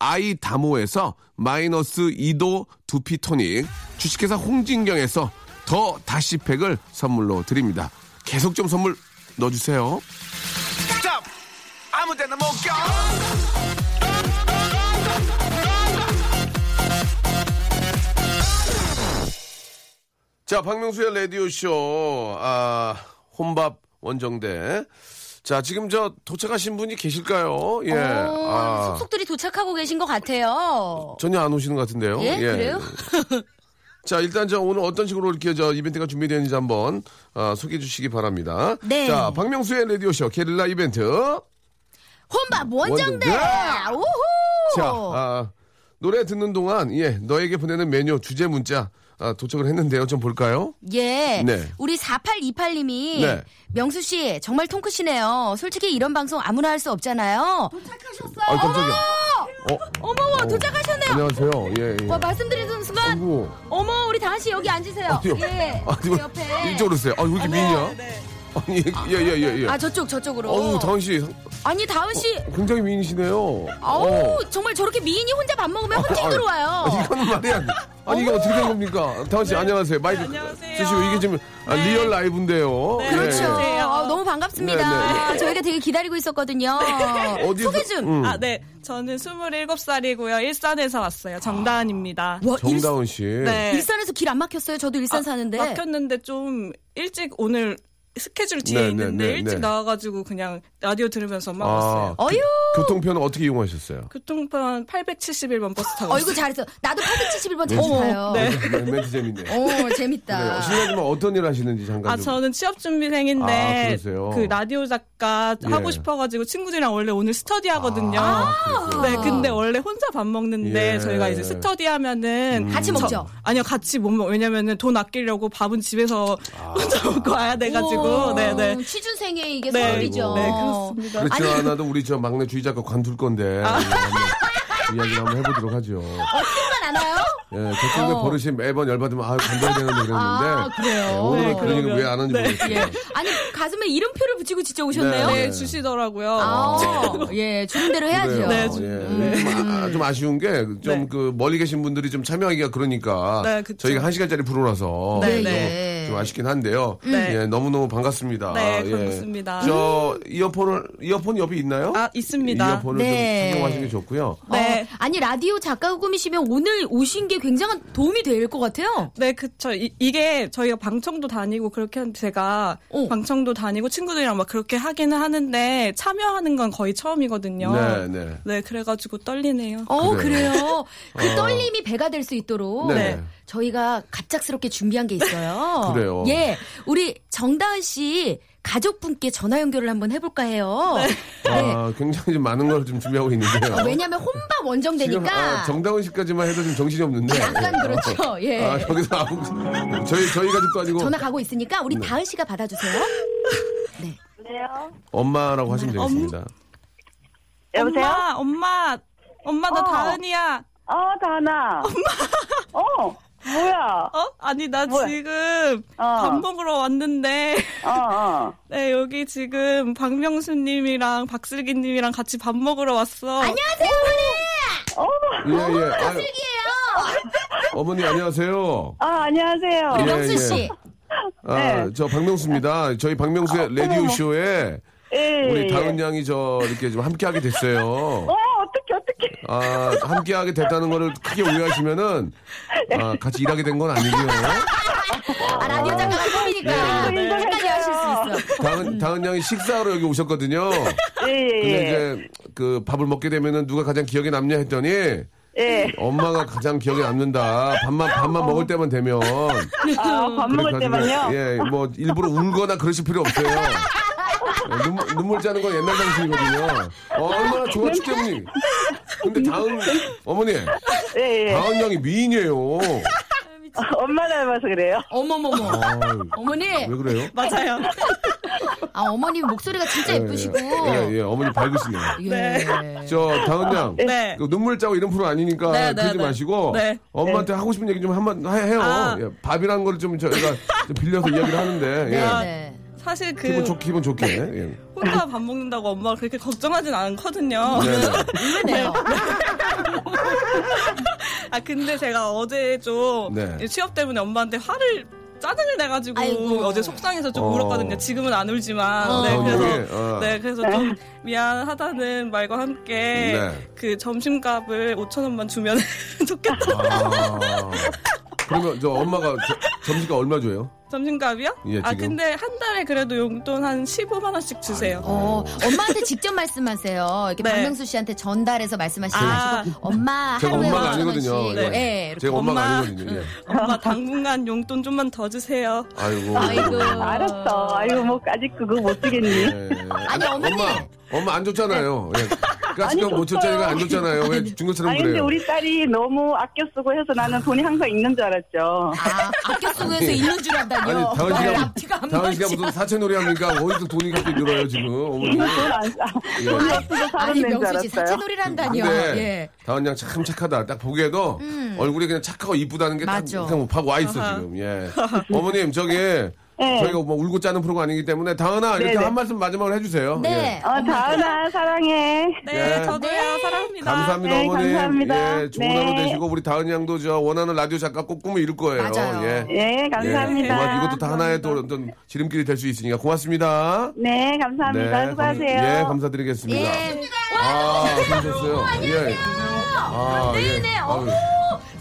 A: 아이다모에서 마이너스 2도 두피토닉, 주식회사 홍진경에서 더 다시팩을 선물로 드립니다. 계속 좀 선물 넣어주세요.
C: 아무데나 못 껴!
A: 자, 박명수의 라디오쇼, 아, 혼밥 원정대. 자, 지금 저 도착하신 분이 계실까요? 예.
B: 오,
A: 아,
B: 어, 속속들이 도착하고 계신 것 같아요.
A: 전혀 안 오시는 것 같은데요.
B: 예? 그래요?
A: 자, 일단 저 오늘 어떤 식으로 이렇게 저 이벤트가 준비되는지 한번 아, 소개해 주시기 바랍니다.
B: 네.
A: 자, 박명수의 라디오쇼 게릴라 이벤트.
B: 혼밥
A: 원정대!
B: 원정대!
A: 예!
B: 오호!
A: 자,
B: 어.
A: 아, 노래 듣는 동안 예, 너에게 보내는 메뉴 주제 문자 아, 도착을 했는데요. 좀 볼까요?
B: 예.
A: 네.
B: 우리 4828님이
A: 네.
B: 명수 씨 정말 통크시네요. 솔직히 이런 방송 아무나 할 수 없잖아요.
A: 아, 깜짝이야. 어,
B: 어머, 머 도착하셨네요.
A: 안녕하세요. 예, 예.
B: 와 말씀드리는 순간
A: 아이고.
B: 어머 우리 다시 여기 앉으세요.
A: 아니요.
B: 예.
A: 아니,
B: 그
A: 뭐,
B: 옆에. 네.
A: 이쪽으로 오세요. 아, 왜 이렇게 미인이야? 아니, 예, 예, 예, 예.
B: 아 저쪽 저쪽으로.
A: 어우, 다은 씨,
B: 아니 다은 씨.
A: 굉장히 미인이시네요. 어.
B: 아우 정말 저렇게 미인이 혼자 밥 먹으면 헌팅
A: 아,
B: 들어와요.
A: 아, 이건 말이 안 돼. 아니, 이게 어떻게 된 겁니까? 다은 씨,
B: 네.
A: 안녕하세요. 마이크.
F: 안녕하세요.
A: 주시고, 이게 지금 아,
F: 네.
A: 리얼 라이브인데요. 예,
B: 그렇죠.
A: 예.
F: 안녕하세요.
B: 아, 너무 반갑습니다.
A: 네, 네,
B: 저희가 되게 기다리고 있었거든요.
A: 어디서-
B: 소개 좀.
A: 음.
F: 아, 네. 저는 27살이고요. 일산에서 왔어요. 정다은입니다.
B: 와, 일,
A: 정다은 씨.
F: 네.
B: 일산에서 길 안 막혔어요. 저도 일산
G: 네.
B: 사는데.
F: 아, 막혔는데 좀 일찍 오늘 스케줄 뒤에
A: 네,
F: 있는데
A: 네, 네,
F: 일찍
A: 네. 나와가지고
F: 나와가지고 그냥 라디오 들으면서 막
A: 아,
F: 왔어요.
B: 어휴.
A: 교통편은 어떻게 이용하셨어요?
F: 교통편 871번 버스 타고
B: 얼굴 잘했어. 나도 871번 자주 가요.
F: 네.
A: 멘- 멘트 재밌네.
B: *laughs* 오, 재밌다.
A: 네, 실례지만 어떤 일 하시는지 잠깐
F: 아
A: 좀.
F: 저는 취업
A: 아,
F: 준비생인데
A: 그러세요?
F: 그 라디오 작가
A: 예. 아.
F: 하고 싶어가지고 친구들이랑 원래 오늘 스터디 하거든요.
A: 그러세요.
E: 아.
F: 네, 근데
B: 아.
F: 원래 혼자 밥 먹는데
A: 예. 음.
F: 저희가 이제 스터디 하면은 저-
B: 같이 먹죠?
F: 아니요, 같이 못 먹. 왜냐면은 돈 아끼려고 밥은 집에서
A: 아.
F: *laughs* 혼자 먹고 와야 돼 가지고.
B: 우와,
F: 네, 네.
B: 어, 취준생의 이게
F: 네.
B: 선물이죠. 어,
F: 네, 그렇습니다. 아.
A: 그렇지
B: 아니-
A: 않아도 우리 저 막내 주희 작가 관둘 건데 한번 이야기를 한번 해보도록 하죠.
B: 어떻게만 안 와요?
A: 예, 대충
B: 어.
A: 버릇이 매번 열받으면 아 관둬야 되는데 그랬는데
B: 아, 그래요?
A: 예, 오늘
F: 네,
A: 그런 얘기를
F: 그러면-
A: 왜 안 하는지
F: 네.
A: 모르겠어요.
B: 예. 아니, 가슴에 이름표를 붙이고 진짜 오셨네요?
A: 네. 어.
F: 네, 주시더라고요.
B: 아, 예, 주는 대로 해야죠.
A: 그래요.
F: 네, 좀-
A: 예. 좀, 아, 좀 아쉬운 게 좀 그
F: 네.
A: 멀리 계신 분들이 좀 참여하기가 그러니까
F: 네, 그쵸.
A: 저희가 한 시간짜리 프로라서
F: 네,
A: 좀,
B: 네.
A: 좀 아쉽긴 한데요.
F: 네.
A: 예, 너무 너무 반갑습니다.
F: 네,
A: 예.
F: 그렇습니다.
A: 저 이어폰을 이어폰 옆에 있나요?
F: 아, 있습니다.
A: 이어폰을
B: 네.
A: 좀 착용하시는 게 좋고요.
F: 네.
B: 어, 아니, 라디오 작가 꿈이시면 오늘 오신 게 굉장한 도움이 될 것 같아요.
F: 네, 그쵸. 이, 게 저희가 방청도 다니고 그렇게 한 제가
B: 어.
F: 방청도 다니고 친구들이랑 막 그렇게 하기는 하는데 참여하는 건 거의 처음이거든요.
A: 네, 네.
F: 네, 그래가지고 떨리네요.
B: 어,
A: 그래요. 어.
B: 그래요. 그 떨림이 배가 될 수 있도록
A: 네.
B: 저희가 갑작스럽게 준비한 게 있어요.
A: *laughs* 그래요.
B: 예. 우리 정다은 씨 가족분께 전화 연결을 한번 해볼까 해요.
A: 아, 굉장히 좀 많은 걸 좀 준비하고 있는데요.
B: 어, 네. 왜냐면 혼밥
A: 아. 지금
B: 원정되니까
A: 아, 정다은 씨까지만 해도 좀 정신이 없는데. 어.
B: 약간 그렇죠. 예.
A: 아, 여기서 아무 저희 저희 가족도 아니고
B: 전화 가고 있으니까 우리
A: 네.
B: 다은 씨가 받아주세요.
A: 엄마라고 하시면 되겠습니다.
E: 여보세요?
F: 엄마, 엄마, 엄마 나
E: 어.
F: 다은이야.
E: 어, 다나. 엄마. *laughs* 어, 뭐야.
F: 어? 아니 나
E: 뭐야?
F: 지금
E: 어.
F: 밥 먹으러 왔는데
E: 어, 어.
F: 네 여기 지금 박명수님이랑 박슬기님이랑 같이 밥 먹으러 왔어.
B: 안녕하세요,
E: 어머.
A: 예, 예. 아, 어머니 안녕하세요.
E: 아, 안녕하세요.
A: 예,
B: 명수
A: 예.
B: 씨.
A: 아,
E: 네. 아,
A: 저 박명수입니다. 저희 박명수의 라디오 쇼에
E: 예.
A: 우리
E: 예.
A: 다은 양이 저 이렇게 좀 함께 하게 됐어요.
E: 어, 어떻게, 어떻게.
A: 아, 함께 하게 됐다는 거를 크게 오해하시면은
E: 네.
A: 아, 같이 일하게 된 건 아니고요.
B: 아, 라디오 작가가 꿈이니까
E: 네.
B: 헷갈려 하실 수 있어요.
A: 다은, 다은 양이 식사하러 여기 오셨거든요. 근데
E: 예예예.
A: 이제 그 밥을 먹게 되면은 누가 가장 기억에 남냐 했더니
E: 예.
A: 엄마가 가장 기억에 남는다. 밥만 밥만 먹을 때만 되면
E: 아, 밥 먹을 때만요.
A: 예, 뭐 일부러 울거나 그러실 필요 없어요. 예, 눈물, 눈물 짜는 건 옛날 방식이거든요. 어, 얼마나 좋아 죽겠니? 근데 다은 어머니
F: 네.
E: 예, 예.
A: 다은 양이 미인이에요.
E: *laughs* 엄마 닮아서 그래요.
B: 어머머머. 어머니.
A: 아. 왜 그래요?
F: 맞아요.
B: 아, 어머님 목소리가 진짜 예쁘시고.
A: 예, 예, 어머니 밝으시네요.
B: 예.
A: 저 다은 양
F: 네.
A: 그 눈물 짜고 이런 프로 아니니까
F: 네, 네,
A: 그러지
F: 네.
A: 마시고
F: 네.
A: 엄마한테 하고 싶은 얘기 좀 한번 하- 해요.
F: 아.
A: 예, 밥이라는 걸 좀 저희가 좀 빌려서 이야기를 하는데 예.
B: 네, 네.
F: 사실 그
A: 기분 좋게 기분 좋게.
F: 네.
A: 예.
F: 혼자 밥 먹는다고 엄마가 그렇게 걱정하진 않거든요.
A: 네, 네.
B: 그러네요.
F: 아 근데 제가 어제 좀
A: 네.
F: 취업 때문에 엄마한테 화를 짜증을 내가지고
B: 아이고.
F: 어제 속상해서 좀
A: 어.
F: 울었거든요. 지금은 안 울지만
B: 어.
F: 네
B: 어,
F: 그래서
A: 이게, 어.
F: 네 그래서 좀 미안하다는 말과 함께
A: 네.
F: 그 점심값을 5천 원만 주면 *laughs*
A: *laughs*
F: 좋겠다.
A: 아. 그러면 저 엄마가 저- 점심값 얼마 줘요?
F: 점심값이요?
A: 예,
F: 아
A: 지금.
F: 근데 한 달에 그래도 용돈 한 15만 원씩 주세요.
B: 어, 엄마한테 직접 말씀하세요. 이렇게
F: 네.
B: 박명수 씨한테 전달해서 말씀하시지
F: 아.
B: 마시고 엄마
A: 제가
B: 하루에
A: 엄마가
B: 5천 원씩.
A: 아니거든요.
B: 네.
A: 예.
B: 이렇게.
A: 제가 엄마가
F: 엄마.
A: 아니거든요. 예.
F: 엄마 당분간 용돈 좀만 더 주세요.
A: 아이고.
B: 아이고.
E: 알았어. 아이고 뭐 아직 그거 못 주겠니?
A: 예.
B: 아니, 어머니.
A: 엄마 엄마 안 줬잖아요. 예. 가스값
E: 아니,
A: 못 줬잖아요.
E: 줬어요.
A: 안 줬잖아요. 왜 중국처럼
E: 아니 근데
A: 그래요?
E: 우리 딸이 너무 아껴 쓰고 해서 나는 돈이 항상 있는 줄 알았죠.
B: 아, 아껴 쓰고 해서
A: 아니,
B: 있는 줄 안다뇨.
A: 아니 다은
B: 말
A: 씨가
B: 앞뒤가 안
A: 다은 씨가
B: 맞아.
A: 무슨 사채놀이 합니까? 어디서 돈이 그렇게 늘어요 지금? 어머니.
E: 돈안
A: 예.
E: 돈이 없어서 사람
B: 아니,
E: 낸 줄
B: 명수 씨
E: 알았어요.
A: 아,
B: 사채놀이란다뇨.
A: 근데
B: 예.
A: 다은 양 참 착하다. 딱 보기에도 얼굴이 그냥 착하고 이쁘다는 게 딱
B: 맞아.
A: 그냥 팍 와 있어 지금. 예. 어머님 저기 저희가 뭐 울고 짜는 프로가 아니기 때문에 다은아 이렇게
E: 네. 네네.
A: 한 말씀 마지막으로 해주세요.
B: 네.
E: 어 다은아 사랑해.
F: 네,
A: 예.
F: 저도요.
A: 예.
F: 사랑합니다.
A: 감사합니다
E: 네,
A: 어머님.
E: 감사합니다.
A: 예, 좋은
E: 네.
A: 하루 되시고 우리 다은 양도 저 원하는 라디오 작가 꼭 꿈을 이룰 거예요.
B: 맞아요.
A: 예.
E: 예 감사합니다.
A: 예, 고마- 이것도 다 하나의 또 어떤 지름길이 될 수 있으니까 고맙습니다.
E: 네 감사합니다.
A: 감-
E: 수고하세요.
A: 예, 감사드리겠습니다.
B: 예.
A: 아, 그러셨어요. 예. 아, 예.
B: 네네.
A: 아유.
B: 어.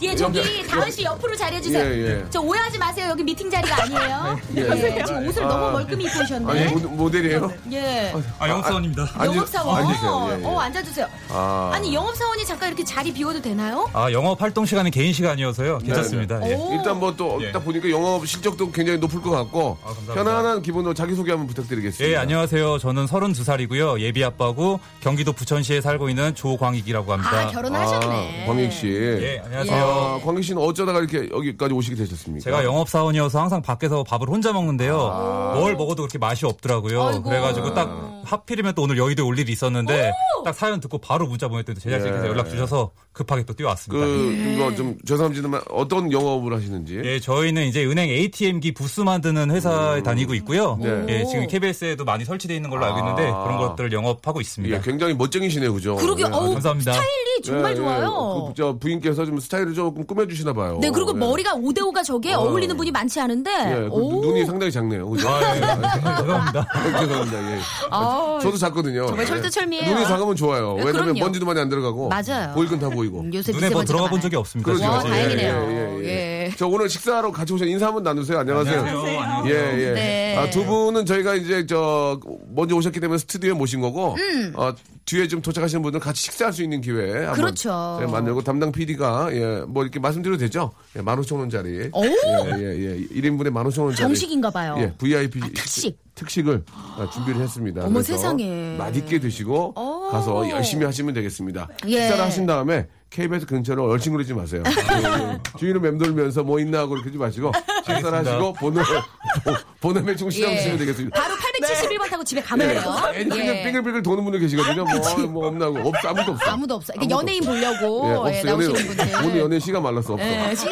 B: 예, 저기
A: 옆에-
B: 다은 씨 옆으로 자리해 주세요.
A: 예, 예.
B: 저 오해하지 마세요. 여기 미팅 자리가
A: *laughs*
B: 아니에요.
A: 예.
B: 예. 지금 옷을
A: 아.
B: 너무 멀끔히 입고 오셨네.
A: 아니, 모, 모델이에요?
B: 예.
H: 아, 영업사원입니다.
A: 앉으-
B: 영업사원.
A: 앉으세요. 예, 예.
B: 어, 앉아주세요.
A: 아.
B: 아. 니 영업사원이 잠깐 이렇게 자리 비워도 되나요?
H: 아, 영업 활동 시간이 개인 시간이어서요. 괜찮습니다. 예.
B: 오.
A: 일단 뭐 또 딱
H: 예.
A: 보니까 영업 실적도 굉장히 높을 것 같고
H: 아, 감사합니다.
A: 편안한 기분으로 자기소개 한번 부탁드리겠습니다.
H: 예, 안녕하세요. 저는 32살이고요. 예비 아빠고 경기도 부천시에 살고 있는 조광익이라고 합니다.
B: 아, 결혼하셨네.
A: 아, 광익 씨.
H: 예, 안녕하세요.
A: 아, 광익 씨는 어쩌다가 이렇게 여기까지 오시게 되셨습니까?
H: 제가 영업사원이어서 항상 밖에서 밥을 혼자 먹는데요. 뭘 먹어도 그렇게 맛이 없더라고요.
B: 아이고.
H: 그래가지고 딱 하필이면 또 오늘 여의도에 올 일이 있었는데 딱 사연 듣고 바로 문자 보냈더니 제작진께서
A: 예.
H: 연락 주셔서 급하게 또 뛰어왔습니다.
A: 그,
B: 네.
A: 이거 좀 죄송합니다만 어떤 영업을 하시는지.
H: 예, 저희는 이제 은행 ATM기 부스 만드는 회사에 다니고 있고요.
A: 음. 네.
H: 예, 지금 KBS에도 많이 설치되어 있는 걸로 알고 있는데
A: 아.
H: 그런 것들을 영업하고 있습니다.
A: 예, 굉장히 멋쟁이시네요, 그죠?
B: 그러게,
A: 예,
B: 어우,
H: 감사합니다.
B: 스타일이
A: 예,
B: 정말
A: 예.
B: 좋아요.
A: 그, 저 부인께서 좀 스타일을 조금 꾸며주시나 봐요.
B: 네, 그리고
A: 예.
B: 머리가 5대5가 저게 어. 울리는 분이 많지 않은데.
A: 예, 그
B: 오.
A: 눈이 상당히 작네요. 그죠?
H: 아, 예. 죄송합니다.
A: *laughs*
B: *laughs*
A: 죄송합니다. 예.
B: 아,
A: 저도 작거든요.
B: 정말
A: 예.
B: 철두철미해요.
A: 눈이 작으면 좋아요.
B: 네,
A: 왜냐면
B: 그럼요.
A: 먼지도 많이 안 들어가고.
B: 맞아요.
A: 보일건 다 보이고.
B: 요새
H: 눈에 뭐
B: 미세먼지가
H: 들어가 본
B: 많아요.
H: 적이 없습니다.
A: 그렇죠.
B: 와,
H: 지금까지.
B: 다행이네요.
A: 예, 예, 예.
B: 예.
A: 저 오늘 식사하러 같이 오신 인사 한번 나누세요. 안녕하세요.
H: 안녕하세요.
A: 예, 예.
B: 네.
A: 아, 두 분은 저희가 이제 저 먼저 오셨기 때문에 스튜디오에 모신 거고 어, 뒤에 좀 도착하시는 분들 같이 식사할 수 있는 기회 한번
B: 음. 그렇죠.
A: 저희 만들고 담당 PD가 예, 뭐 이렇게 말씀드려도 되죠? 예, 15,000원짜리.
B: 오!
A: 예, 예, 예. 1인분에 15,000원짜리.
B: 정식인가 봐요. 아,
A: 예, VIP
B: 특식.
A: 특식을 아, 준비를 했습니다.
B: 어머,
A: 그래서
B: 세상에.
A: 맛있게 드시고
B: 오.
A: 가서 열심히 하시면 되겠습니다.
B: 예.
A: 식사를 하신 다음에 KBS 근처로 얼씬거리지 마세요.
B: 아, 네.
A: 예, 예. 주위를 맴돌면서 뭐 있나 하고 그러지 마시고 식사를 하시고 본업 본업에 충실하시면 되겠습니다.
B: 바로 871번 타고 집에 가면
A: 예.
B: 돼요.
A: 애들이
B: 아, 예.
A: 빙글빙글 도는 분들 계시거든요. 뭐, 뭐 없나고 없어 아무도 없어.
B: 아무도 없어. 그러니까
A: 아무도
B: 연예인
A: 없어. 예,
B: 보려고 예,
A: 없어.
B: 나오시는
A: 연예인-
B: 분들.
A: 오늘 연예인 시간 말랐어 없어.
B: 예, 지금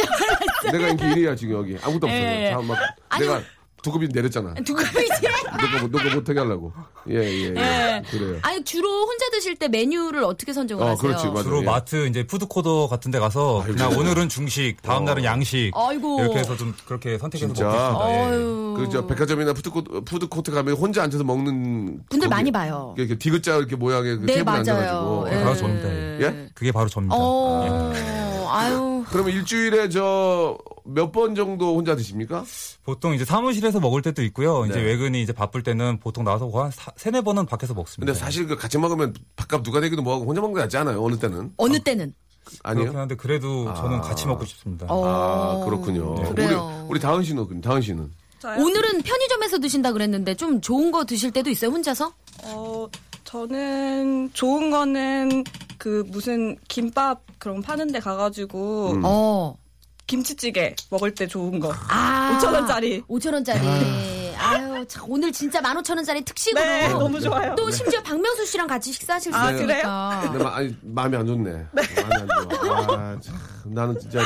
A: 내가 인기 1위야 지금 여기 아무도 없어.
B: 예, 예.
A: 다 막,
B: 아니,
A: 내가 두급이 내렸잖아.
B: 누가 이제
A: 누가 누가 못하게 하려고. 예예 예,
B: 예.
A: 그래요.
B: *laughs* 아니 주로 혼자 드실 때 메뉴를 어떻게 선정을
A: 어,
B: 하세요?
A: 그렇지, 맞아.
H: 주로
A: 예.
H: 마트 이제 푸드코더 같은 데 가서 그냥 오늘은 중식, 다음 날은 양식
B: 아이고.
H: 이렇게 해서 좀 그렇게 선택해서
A: 어. 진짜?
H: 먹겠습니다. 예.
B: 어휴.
A: 그저 백화점이나 푸드코트, 푸드코트 가면 혼자 앉아서 먹는
B: 분들
A: 거기-
B: 많이 봐요.
A: 이렇게 디귿자 이렇게 모양의 그
B: 네
A: 테이블
B: 맞아요.
A: 앉아가지고
B: 예.
H: 바로 접니다. 예.
A: 예?
H: 그게 바로 접니다.
B: 어. 아유.
A: 그러면 일주일에 저 몇 번 정도 혼자 드십니까?
H: 보통 이제 사무실에서 먹을 때도 있고요. 이제
A: 네.
H: 외근이 이제 바쁠 때는 보통 나와서 한 사- 세네 번은 밖에서 먹습니다.
A: 근데 사실 그 같이 먹으면 밥값 누가 내기도 뭐하고 혼자 먹는 게 낫지 않아요? 어느 때는
B: 어느 때는.
A: 아니요.
H: 그렇긴 한데 그래도 저는 같이 먹고 싶습니다.
B: 어.
A: 아 그렇군요.
H: 네.
B: 그래요.
A: 우리 우리 다은 씨는 그럼 다은 씨는
B: 오늘은 편의점에서 드신다 그랬는데 좀 좋은 거 드실 때도 있어요 혼자서?
F: 어, 저는 좋은 거는 그 무슨 김밥 그런 파는 데 가가지고
A: 음.
B: 어.
F: 김치찌개 먹을 때 좋은 거.
B: 아.
F: 5,000원짜리.
B: 5천원짜리. 아유, 참, 오늘 진짜 15,000원짜리 특식으로.
F: 네,
A: 어.
F: 너무 좋아요.
B: 또 심지어 박명수 씨랑 같이 식사하실 수
F: 아,
B: 있으니까.
A: 근데 마, 아니, 마음이 안 좋네. 마음이 안 좋아. 아, 참, 나는 진짜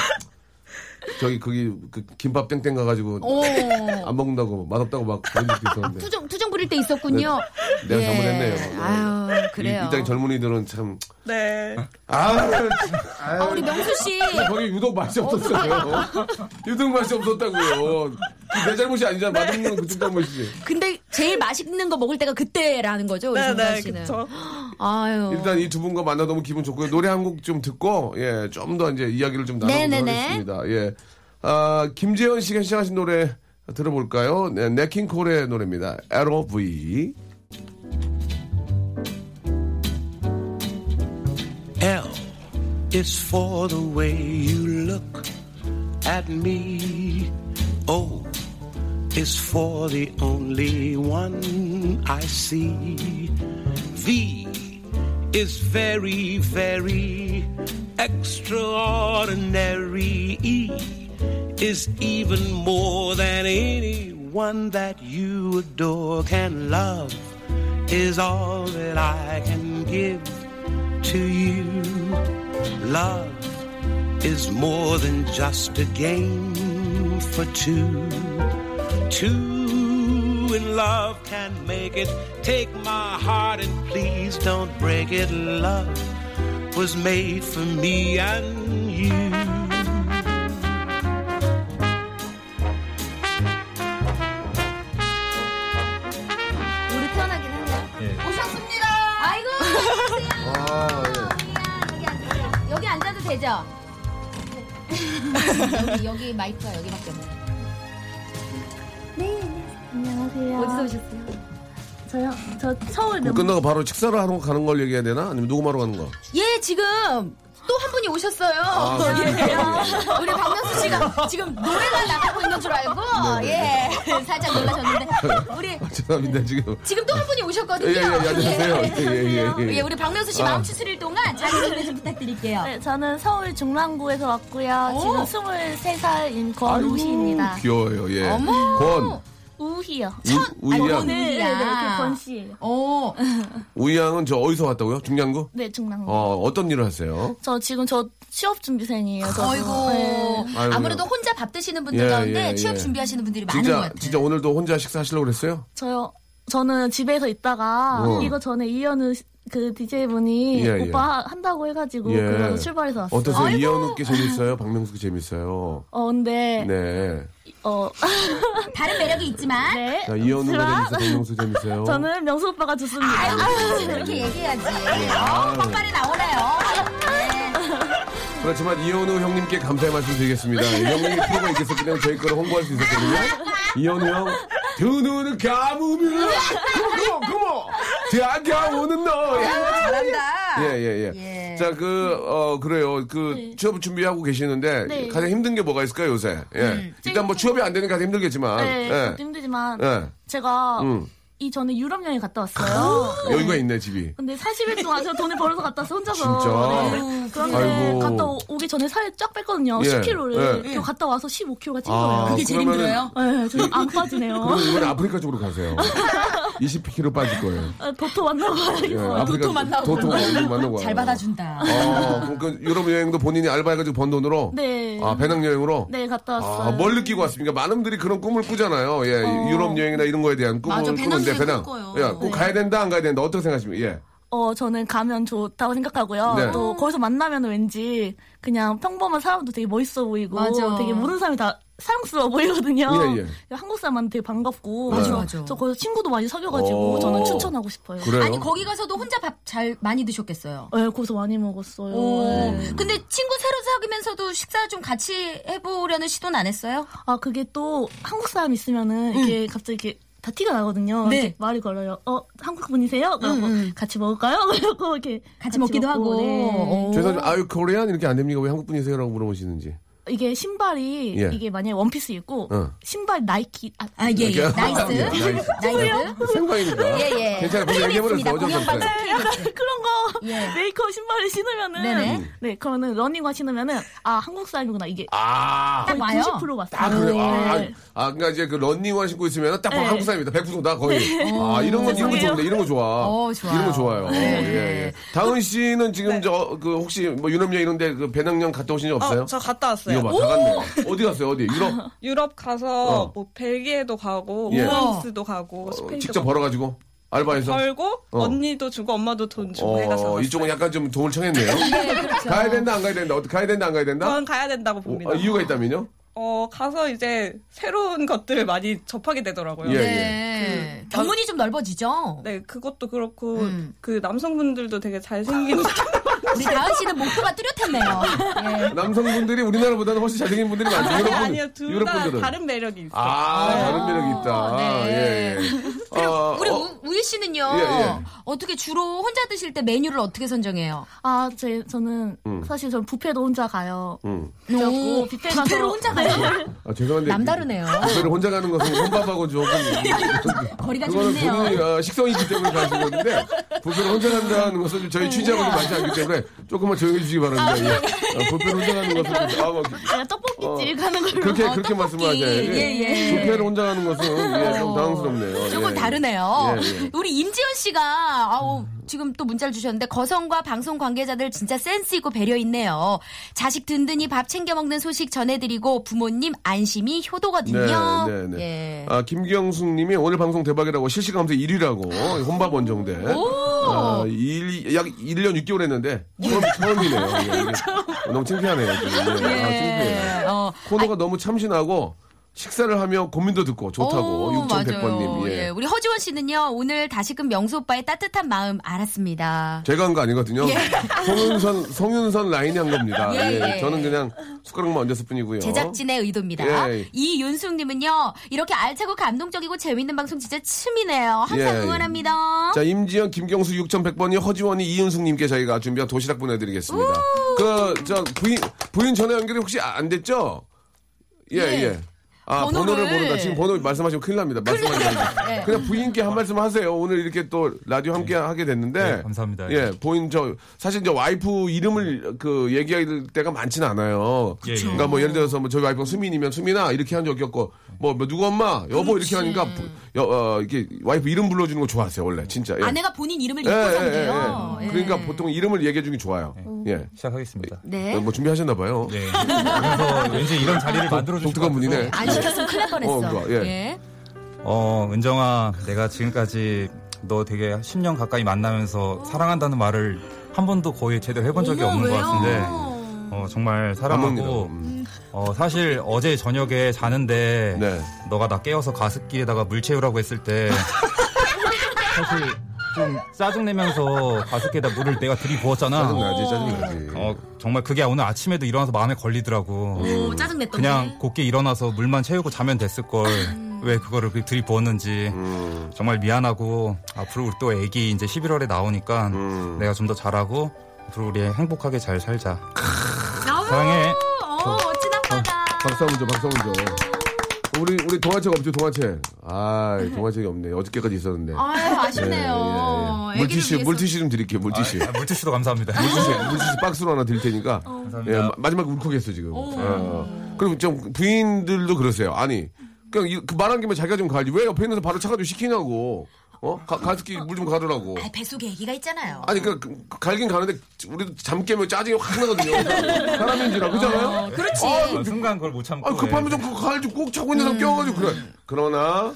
A: 저기 거기 그 김밥 땡땡 가가지고
B: 오.
A: 안 먹는다고 맛없다고 막 그런 적도 있었는데
B: 어, 투정, 투정 부릴 때 있었군요. 예.
A: 내가 잘못했네요.
B: 아유,
A: 이,
B: 그래요.
A: 이 땅의 젊은이들은 참
F: 네.
A: 아,
B: 아, 우리 명수 씨.
A: 거기 유독 맛이 없었어요. 유독 맛이 없었다고요. 내 잘못이 아니잖아.
B: 네.
A: 맛없는 그쪽 잘못이지.
B: 근데 제일 맛있는 거 먹을 때가 그때라는 거죠, 우리
F: 네네,
B: 성찬 씨는.
F: 그쵸.
B: 아유.
A: 일단 이 두 분과 만나 너무 기분 좋고요. 노래 한 곡 좀 듣고 예, 좀 더 이제 이야기를 좀 나눠보도록
B: 네네네.
A: 하겠습니다. 예. 아, 김재현 씨가 시작하신 노래 들어볼까요? 네, 네킹콜의 노래입니다. LOV.
D: L is for the way you look at me. O is for the only one I see. V is very, very extraordinary. E is even more than anyone that you adore can love. Is all that I can give to you. Love is more than just a game for two. Two in love can make it. Take my heart and please don't break it. Love was made for me and you.
B: 우리 편하긴 하네요.
H: 예.
B: 오셨습니다. 아이고. 안녕하세요. 아, 우리야, 여기 앉으세요. 여기 앉아도 되죠? 여기, 여기 마이크가 여기밖에 없네.
I: 네, 안녕하세요.
B: 어디서 오셨어요?
I: 저요? 저 서울
B: 네.
A: 그럼 끝나고 바로 식사를 하러 가는 걸 얘기해야 되나? 아니면 녹음하러 가는 거? *laughs*
B: 예, 지금 또 한 분이 오셨어요.
A: 아, 네.
B: 예. 우리 박명수 씨가 지금 노래가 나가고 있는 줄 알고
A: 네,
B: 예 살짝 놀라셨는데 우리
A: 죄송합니다, 지금.
B: 지금 또 한 분이 오셨거든요.
A: 예, 예, 예, 안녕하세요. 예, 예, 예, 예.
B: 예, 우리 박명수 씨 마음 추스릴 동안 자기 소개 좀 부탁드릴게요.
I: 네, 저는 서울 중랑구에서 왔고요.
B: 오.
I: 지금 23살인 권우희입니다.
A: 귀여워요, 예.
B: 어머.
A: 권,
I: 우희요.
A: 우, 우이양.
I: 네, 네,
B: 우희야.
I: 그 권씨예요.
B: 어,
A: 우이양은 저 어디서 왔다고요? 중량구?
I: 네, 중랑구.
A: 어, 어떤 일을 하세요?
I: 저 지금 저 취업 준비생이에요. 저도.
B: 어이고
I: 네.
A: 아이고.
B: 아무래도 혼자 밥 드시는 분들
A: 예,
B: 가운데
A: 예, 예.
B: 취업 준비하시는 분들이 많은 것
A: 진짜,
B: 같아요.
A: 진짜 오늘도 혼자 식사하시려고 그랬어요?
I: 저요. 저는 집에서 있다가
A: 어.
I: 이거 전에 이현우 시- 그 DJ분이
A: 예, 예.
I: 오빠 한다고 해가지고
A: 예.
I: 그래서 출발해서 왔어요.
A: 어떠세요? 이현우 께 재밌어요? 박명수 께 재밌어요?
I: 어, 근데
A: 네.
I: 어
B: 다른 매력이 있지만
I: 네.
A: 자, 이현우가
I: 슬아?
A: 재밌어요? 박명수 재밌어요?
I: 저는 명수 오빠가 좋습니다.
B: 아유, 그렇게 얘기해야지. 어, 폭발이 나오네요. 네.
A: 그렇지만 이현우 형님께 감사의 말씀 드리겠습니다. 형님이 프로가 있겠어 그냥 저희 거를 홍보할 수 있었거든요. 이현우 형, 두 눈을 감으면, 그모, 그모, 다가오는 너.
B: 아, 잘한다.
A: 예, 예, 예.
B: 예.
A: 자, 그, 어, 그래요. 그,
J: 네.
A: 취업 준비하고 계시는데,
I: 네.
A: 가장 힘든 게 뭐가 있을까요, 요새? 예.
J: 음,
A: 일단 뭐 취업이 안 되는 게 가장 힘들겠지만,
I: 네,
A: 예.
I: 저도 힘들지만
A: 예.
I: 제가
A: 음. 아?
I: 이 전에 유럽 여행 갔다 왔어요.
A: 여유가 있네, 집이.
I: 근데 40일 동안 제가 돈을 벌어서 갔다 왔어요 혼자서.
A: 진짜?
I: 네. 그런데
A: 아이고.
I: 갔다 오- 오기 전에 살이 쫙 뺐거든요.
A: 예,
I: 10kg를.
A: 예.
I: 그리고 갔다 와서 15kg가 찐
A: 아,
I: 거예요.
J: 그게 제일
A: 그러면은-
J: 힘들어요?
I: 네, 저안 빠지네요.
A: 그럼 이번 아프리카 쪽으로
J: *laughs*
A: 가세요. 20kg 빠질 거예요.
I: 아, 도토 만나고
A: 예,
I: 와야겠어요.
A: 아프리카
J: 만나고
A: 도토 뭐 만나고
B: 잘 받아준다.
A: 어, 그러니까 유럽 여행도 본인이 알바해가지고 번 돈으로.
I: 네.
A: 아 배낭 여행으로.
I: 네, 갔다 왔어요.
A: 아, 뭘 느끼고 왔습니까? 많은 분들이 그런 꿈을 꾸잖아요. 예, 유럽 여행이나 이런 거에 대한 꿈을
J: 맞아, 배낭
A: 꾸는데
J: 여행
A: 배낭.
J: 꿈꿔요.
A: 예, 꼭
I: 네.
A: 가야 된다, 안 가야 된다. 어떻게 생각하십니까? 예.
I: 어, 저는 가면 좋다고 생각하고요.
A: 네.
B: 음.
I: 또 거기서 만나면 왠지 그냥 평범한 사람도 되게 멋있어 보이고
B: 맞아.
I: 되게 모르는 사람이 다 사랑스러워 보이거든요.
A: 예,
I: 한국 사람한테 되게 반갑고.
A: 맞아,
I: 저-
J: 맞아.
I: 저 거기서 친구도 많이 사귀어가지고
A: 오.
I: 저는 추천하고 싶어요.
A: 그래요?
B: 아니 거기 가서도 혼자 밥 잘 많이 드셨겠어요.
I: 네, 거기서 많이 먹었어요.
B: 오,
I: 네.
B: 근데 친구 새로 사귀면서도 식사 좀 같이 해보려는 시도는 안 했어요?
I: 아 그게 또 한국 사람 있으면은 이게 갑자기 이렇게 다 티가 나거든요.
B: 음. 네.
I: 이렇게 말을 걸어요. 어 한국 분이세요? 그러고
B: 음, 음.
I: 같이 먹을까요? *laughs* 그러고 이렇게
B: 같이 먹기도
I: 먹고,
B: 하고.
I: 네.
B: 오.
A: 죄송합니다. 아유, 코리안 이렇게 안 됩니까? 왜 한국 분이세요라고 물어보시는지.
I: 이게 신발이
A: 예.
I: 이게 만약에 원피스 입고
A: 어.
I: 신발 나이키 아,
B: 아, 예, 예.
A: *laughs*
B: 나이스.
A: 나이스.
B: 나이스.
A: 생방이니까.
B: 예, 예.
A: 괜찮아요. 먼저 얘기해버렸어. 어쩔 수 없어요.
B: 공연반장.
I: 약간 그런 거
B: 예.
I: 메이커 신발을 신으면은
B: 네네.
I: 네 그러면은 러닝화 신으면은 아 한국 사람이구나 이게
A: 아.
I: 거의
B: 딱 와요?
I: 90% 왔어요.
A: 아, 그래요? 아,
I: 네.
A: 아, 그러니까 이제 그 런닝화 신고 있으면 딱
I: 네.
A: 한국 사람이다. 백구성다 거의.
F: 네. 어,
A: 아, 이런 거, 이런 거 좋은데, 이런 거 좋아.
B: 어, 좋아요.
A: 이런 거 좋아요.
B: 네.
A: 예, 예. 다은 씨는 지금 저, 그 혹시 뭐 유럽여 이런데 그 배낭여행 갔다 오신 적 없어요?
F: 네. 어, 저 갔다 왔어요.
A: 이거 봐, 다 갔네. 어디 갔어요? 어디? 유럽?
F: 유럽 가서
A: 어.
F: 뭐 벨기에도 가고
A: 예.
F: 프랑스도 가고
A: 어,
F: 스페인도
A: 직접
F: 가고.
A: 벌어가지고? 알바해서?
F: 벌고
A: 어.
F: 언니도 주고 엄마도 돈 주고 해가서
A: 어,
F: 왔어요.
A: 이쪽은 약간 좀
F: *laughs*
A: 도움을 청했네요.
B: 그렇죠.
A: 가야 된다, 안 가야 된다. 어떻게 가야 된다, 안 가야 된다?
F: 저는 가야 된다고 봅니다.
A: 어, 아, 이유가 있다면요?
F: 어, 가서 이제 새로운 것들을 많이 접하게 되더라고요.
A: 예,
B: 네. 견문이 좀 넓어지죠?
F: 네, 그것도 그렇고
B: 음.
F: 그 남성분들도 되게
A: *laughs*
F: 잘생긴
B: 우리 다은 씨는 목표가 뚜렷했네요. 예.
A: 남성분들이 우리나라보다는 훨씬 잘생긴 분들이 많죠.
F: 아니,
A: 유럽분-
F: 아니요, 둘 다
A: 유럽분들은.
F: 다른 매력이 있어요.
A: 아, 다른 매력이 있다.
B: 네.
A: 예, 예.
B: *laughs*
A: 어,
B: 우리
A: 어,
B: 우- 우희 씨는요.
A: 예, 예.
B: 어떻게 주로 혼자 드실 때 메뉴를 어떻게 선정해요?
I: 아, 제, 저는, 사실 저는 뷔페도 혼자 가요.
A: 음.
I: 그래갖고, 뷔페 가서.
B: 뷔페로 혼자 가요?
A: 아, 죄송한데.
B: 남다르네요.
A: 를 혼자 가는 것은 혼밥하고
B: *laughs*
A: 조금.
B: 거리가 좀
A: 그거는 본인이
B: 있네요.
A: 어, 식성이기 때문에 가신 건데, 부페를 혼자 간다는 것은 좀
B: 네.
A: 저희 취지하고 좀 맞지 않기 때문에 조금만 조용히 해주시기
B: 아,
A: 바랍니다. 예. 어, 부페를 혼자 가는 것은. 좀- 아,
B: *laughs*
A: 뭐,
I: 그냥 떡볶이집 가는 걸로.
A: 그렇게,
B: 어,
A: 그렇게
B: 떡볶이.
A: 말씀하셔야 돼요.
B: 예, 예.
A: 부페를 혼자 가는 것은, 예, 좀 당황스럽네요.
B: 조금
A: 예.
B: 다르네요.
A: 예, 예.
B: 우리 임지연 씨가 아우 지금 또 문자를 주셨는데 거성과 방송 관계자들 진짜 센스 있고 배려 있네요. 자식 든든히 밥 챙겨 먹는 소식 전해드리고 부모님 안심이 효도거든요.
A: 네, 네, 네.
B: 예.
A: 아, 김경숙 님이 오늘 방송 대박이라고 실시간에서 1위라고 혼밥 원정대. 아, 일, 약 1년 6개월 했는데 처음,
B: *laughs*
A: 처음이네요. 예, 이게 너무 창피하네요. 지금. 예, 아, 창피해요.
B: 어,
A: 코너가 너무 참신하고 식사를 하며 고민도 듣고 좋다고
B: 오,
A: 6100번 님.
B: 맞아요.
A: 예.
B: 예, 우리 허지원 씨는요 오늘 다시금 명수 오빠의 따뜻한 마음 알았습니다.
A: 제가 한 거 아니거든요. 송윤선 송윤선 라인이 한 겁니다.
B: 예,
A: 예,
B: 예.
A: 저는 그냥 숟가락만 얹었을 뿐이고요.
B: 제작진의 의도입니다.
A: 그렇죠. 예.
B: 이윤숙님은요 이렇게 알차고 감동적이고 재밌는 방송 진짜 춤이네요. 항상
A: 예, 예.
B: 응원합니다.
A: 자, 임지연, 김경수 6100번이 허지원이 이은숙님께 저희가 준비한 도시락 보내드리겠습니다. 그, 저, 부인, 부인 전화 연결이 혹시 아, 안 됐죠? 예,
B: 예.
A: 예. 아, 번호를...
B: 번호를
A: 모르다. 지금 번호 말씀하시면 큰일 납니다. 말씀하시면.
B: 예.
A: 그냥 부인께 한 말씀 하세요. 오늘 이렇게 또 라디오 함께 하게 됐는데.
H: 네, 감사합니다.
A: 예, 부인 저, 사실 저 와이프 이름을 그 얘기할 때가 많진 않아요.
H: 예, 예.
A: 그러니까 뭐 예를 들어서 뭐 저희 와이프가 수민이면 수민아 이렇게 한 적이 없고 뭐, 뭐 누구 엄마 여보 이렇게 하니까 부- 여, 어, 이렇게 와이프 이름 불러주는 거 좋아하세요 원래 진짜. 예.
B: 아내가 본인 이름을
A: 예,
B: 읽고
A: 예, 예,
B: 산대요.
A: 예.
B: 예.
A: 그러니까 보통 이름을 얘기해 주는 게 좋아요. 예.
H: 시작하겠습니다.
B: 네.
A: 뭐 준비하셨나 봐요.
H: 네. 그래서 왠지 이런 자리를 만들어 주실
A: 독특한 분이네.
B: 안 아, 시켰으면 큰일 날 뻔했어.
A: 어, 그거, 예.
H: 어, 은정아, 내가 지금까지 너 되게 10년 가까이 만나면서 사랑한다는 말을 한 번도 거의 제대로 해본 적이 없는 것 같은데, 어, 정말 사랑하고,
A: 감사합니다. 음.
H: 어, 사실 어제 저녁에 자는데,
A: 네.
H: 너가 나 깨워서 가습기에다가 물 채우라고 했을 때, 사실 좀 짜증내면서 가습기에다 물을 내가 들이부었잖아.
A: 짜증나지, 짜증나지.
H: 어, 정말 그게 오늘 아침에도 일어나서 마음에 걸리더라고.
B: 오, 짜증냈던
H: 그냥 곱게 일어나서 물만 채우고 자면 됐을 걸 왜 그거를 그 들이부었는지 정말 미안하고 앞으로 우리 또 애기 이제 11월에 나오니까 내가 좀 더 잘하고 앞으로 우리 행복하게 잘 살자. 사랑해.
B: 어, 멋진 아빠다.
A: 박수 한번 줘, 박수 한번 줘. 우리, 우리 동화책 없죠, 동화책. 아 동화책이 없네. 어저께까지 있었는데.
B: 아유, 어,
A: 예,
B: 아쉽네요.
A: 예, 예. 물티슈, 물티슈 좀 드릴게요, 물티슈.
H: 아, 물티슈도 감사합니다.
A: 물티슈, 물티슈 박스로 하나 드릴 테니까.
B: 어.
A: 예,
H: 감사합니다.
A: 마, 지막에 울컥했어, 지금. 어. 그리고 좀 부인들도 그러세요. 아니. 그냥 이- 그 말한 김에 자기가 좀 가야지. 왜 옆에 있는 사람 바로 차가지고 시키냐고. 어? 가, 가습기 물 좀 가르라고.
B: 아, 뱃속에 애기가 있잖아요.
A: 아니, 그, 그, 갈긴 가는데, 우리도 잠 깨면 짜증이 확 나거든요. 사람인지라, 그잖아요?
B: 아, 그렇지.
A: 아,
H: 어, 순간 그걸 못 참고.
A: 아, 급하면
H: 예.
A: 좀 그 가을 좀꼭 차고 있는 사람 껴가지고 그래. 그러나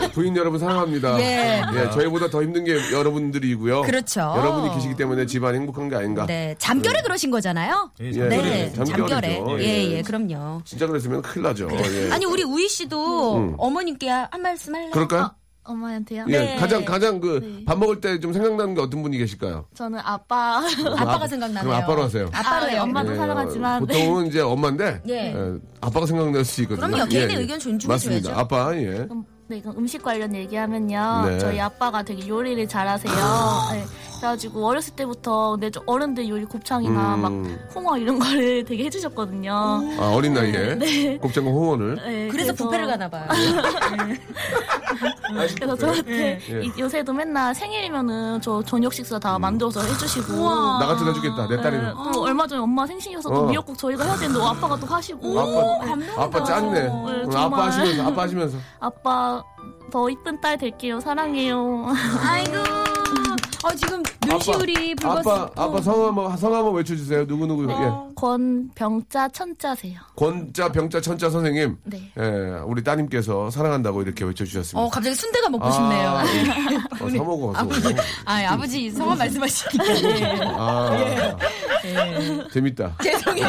A: 네. *laughs* 부인 여러분 사랑합니다.
B: 예.
A: 저희보다 더 힘든 게 여러분들이고요.
B: 그렇죠.
A: 여러분이 계시기 때문에 집안 행복한 게 아닌가.
B: 네, 잠결에 그러신 거잖아요.
H: 예,
A: 예,
H: 네.
B: 네,
A: 잠결이죠.
B: 잠결에.
A: 예.
B: 예, 예, 그럼요.
A: 진짜 그랬으면 큰일 나죠. 예.
B: 네.
A: 음.
B: 아니 우리 우희 씨도 어머님께 한 말씀 할래요?
A: 그럴까요?
I: 엄마한테요?
A: 예,
B: 어, 네.
A: 가장 가장 그
I: 네.
A: 밥 먹을 때 좀 생각나는 게 어떤 분이 계실까요?
I: 저는 아빠. *laughs*
B: 아빠가 생각나네요.
A: 그럼 아빠로 하세요.
B: 아빠로
I: 아, 네,
B: 해요.
I: 엄마도
A: 예,
I: 사랑하지만.
A: 보통은 이제 엄마인데
B: 예.
A: 예, 아빠가 생각날 수 있거든요. 예,
B: 그럼요. 개인의 의견 존중해줘야죠.
A: 맞습니다. 아빠 예.
I: 음, 네, 그럼 음식 관련 얘기하면요.
A: 네. 아.
I: 저희 아빠가 되게 요리를 잘하세요. 네, 그래가지고 어렸을 때부터 근데 좀 어른들 요리 곱창이나
A: 음.
I: 막 홍어 이런 거를 되게 해주셨거든요.
A: 아, 어린
B: *laughs*
A: 나이에
B: 네.
A: 곱창과 홍어를
I: 네,
B: 그래서 부페를 가나 봐요.
I: 그래서 저한테
A: 예.
I: 이- 요새도 맨날 생일이면은 저 저녁 식사 다 만들어서 해주시고.
B: 아.
A: 나 같은 해주겠다. 내
I: 네,
A: 딸이면.
I: 또 얼마 전에 엄마 생신이어서
A: 어.
I: 또 미역국 저희가 해야 되는데 아빠가 또 하시고.
A: 아빠, 아빠 짰네. 그럼 아빠
I: 정말.
A: 하시면서, 아빠 하시면서.
B: *laughs*
I: 아빠 더 이쁜 딸 될게요. 사랑해요. *laughs*
B: 아이고. 어 지금 눈시울이 붉었어. 어.
A: 아빠, 아빠 성함 한번, 성함 한번 외쳐주세요. 누구누구. 예.
I: 권병자 천자세요.
A: 권자, 병자, 천자 선생님.
I: 네.
A: 예, 우리 따님께서 사랑한다고 이렇게 외쳐주셨습니다.
B: 어 갑자기 순대가 먹고
A: 아,
B: 싶네요.
A: 예. 어, 사먹어, 사먹어.
B: *laughs* 아, 아버지 성함 말씀하시길래
A: 아,
B: 예.
A: 재밌다.
B: 죄송해요.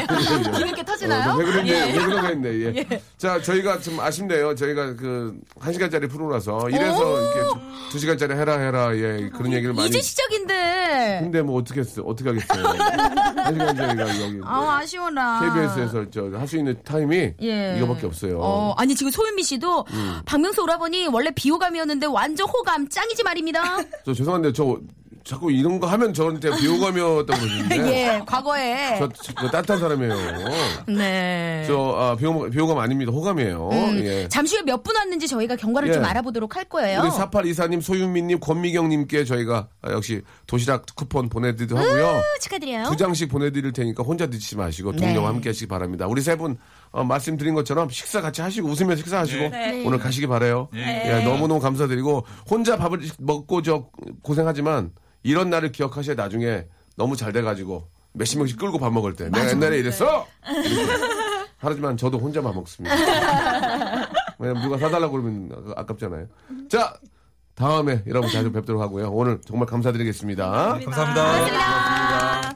B: 이렇게
A: 어,
B: 터지나요?
A: 왜 그랬네, 왜 그러고 했네, 예. 자, 저희가 좀 아쉽네요. 저희가 그, 한 시간짜리 프로라서. 이래서 이렇게 두, 두 시간짜리 해라, 해라, 예. 그런 얘기를 많이.
B: 이제 시작인데.
A: 근데 뭐 어떻게 했어 어떻게 하겠어요. 한 시간
B: *laughs*
A: 저희가 여기
B: 아 아쉬워라.
A: KBS에서 저 할 수 있는 타임이
B: 예.
A: 이거밖에 없어요. 음.
B: 어, 아니 지금 소윤미 씨도 박명수 오라버니 원래 비호감이었는데 완전 호감 짱이지 말입니다.
A: 저 죄송한데 저 자꾸 이런 거 하면 저한테
B: *laughs*
A: 비호감이었다고 그러시는데
B: 예, 과거에.
A: 네. 저, 저, 저 따뜻한 사람이에요.
B: 네.
A: 저 아, 비호감, 비호감 아닙니다. 호감이에요.
B: 음,
A: 예.
B: 잠시 후에 몇 분 왔는지 저희가 경과를
A: 예.
B: 좀 알아보도록 할 거예요.
A: 우리 4824님, 소윤미님, 권미경님께 저희가 아, 역시 도시락 쿠폰 보내드리도록 하고요.
B: 어, 축하드려요.
A: 두 장씩 보내드릴 테니까 혼자 드시지 마시고 동료와
B: 네.
A: 함께 하시기 바랍니다. 우리 세 분 어, 말씀드린 것처럼 식사 같이 하시고 웃으면서 식사하시고 오늘 가시기 바래요. 예, 너무너무 감사드리고 혼자 밥을 먹고 저 고생하지만 이런 날을 기억하셔야 나중에 너무 잘 돼가지고 몇십 명씩 끌고 밥 먹을 때 내가 옛날에 이랬어.
B: 네.
A: 이렇게. 하지만 저도 혼자만
B: *laughs*
A: 먹습니다. 왜냐면 누가 사달라고 그러면 아- 아깝잖아요. 자 다음에 여러분 자주 뵙도록 하고요. 오늘 정말 감사드리겠습니다.
H: 감사합니다.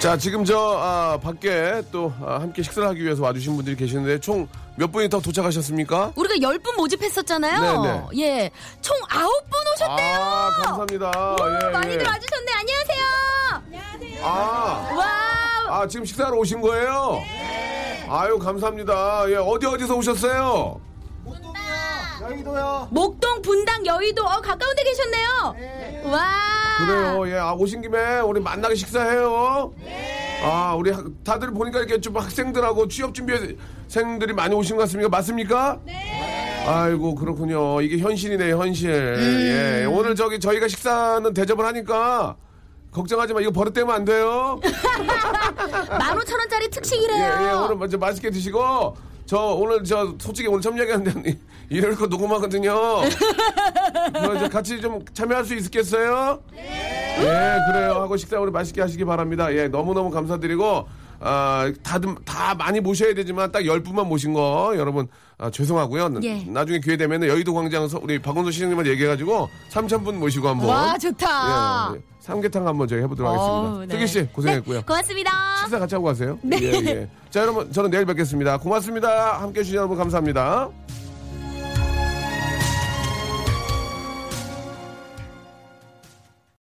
A: 자, 지금 저, 아, 밖에 또, 아, 함께 식사를 하기 위해서 와주신 분들이 계시는데, 총 몇 분이 더 도착하셨습니까?
B: 우리가 10분
A: 네,
B: 모집했었잖아요. 예. 총 9분 오셨대요.
A: 아, 감사합니다. 예,
B: 많이들
A: 예.
B: 와주셨네. 안녕하세요.
A: 아,
B: 와우.
A: 아, 지금 식사하러 오신 거예요?
B: 네.
A: 아유, 감사합니다. 예, 어디 어디서 오셨어요?
B: 목동 분당 여의도 어 가까운 데 계셨네요. 와.
A: 그래요. 예, 아, 오신 김에 우리 만나게 식사해요. 아, 우리 학- 다들 보니까 이렇게 좀 학생들하고 취업 준비생들이 많이 오신 것 같습니다. 맞습니까? 네. 아이고, 그렇군요. 이게 현실이네요, 현실. 예. 오늘 저기 저희가 식사는 대접을 하니까 걱정하지 마. 이거 버릇되면 안 돼요.
B: 15,000원짜리
A: 예, 예.
B: 특식이래요.
A: 오늘 먼저 맛있게 드시고. 저 오늘 저 솔직히 오늘 처음 얘기하는데 *laughs* 이럴 거
B: *laughs*
A: 녹음하거든요. 그거 이제 같이 좀 참여할 수 있겠어요?
B: 네.
A: 예, 그래요. 하고 식사 우리 맛있게 하시기 바랍니다. 예, 너무너무 감사드리고, 아, 다들, 다 많이 모셔야 되지만 딱 열분만 모신 거, 여러분, 아, 죄송하고요.
B: 예.
A: 나중에 기회 되면 여의도 광장 서- 우리 박원순 시장님한테 얘기해가지고 3,000분 모시고 한 번.
B: 와, 좋다.
A: 예, 예. 삼계탕 한번 저희 해보도록
B: 어우,
A: 하겠습니다.
B: 네.
A: 슬기씨, 고생했고요.
B: 네, 고맙습니다.
A: 예, 식사 같이 하고 가세요. 네. 자, 여러분, 저는 내일 뵙겠습니다. 고맙습니다. 함께 해주신 여러분, 감사합니다.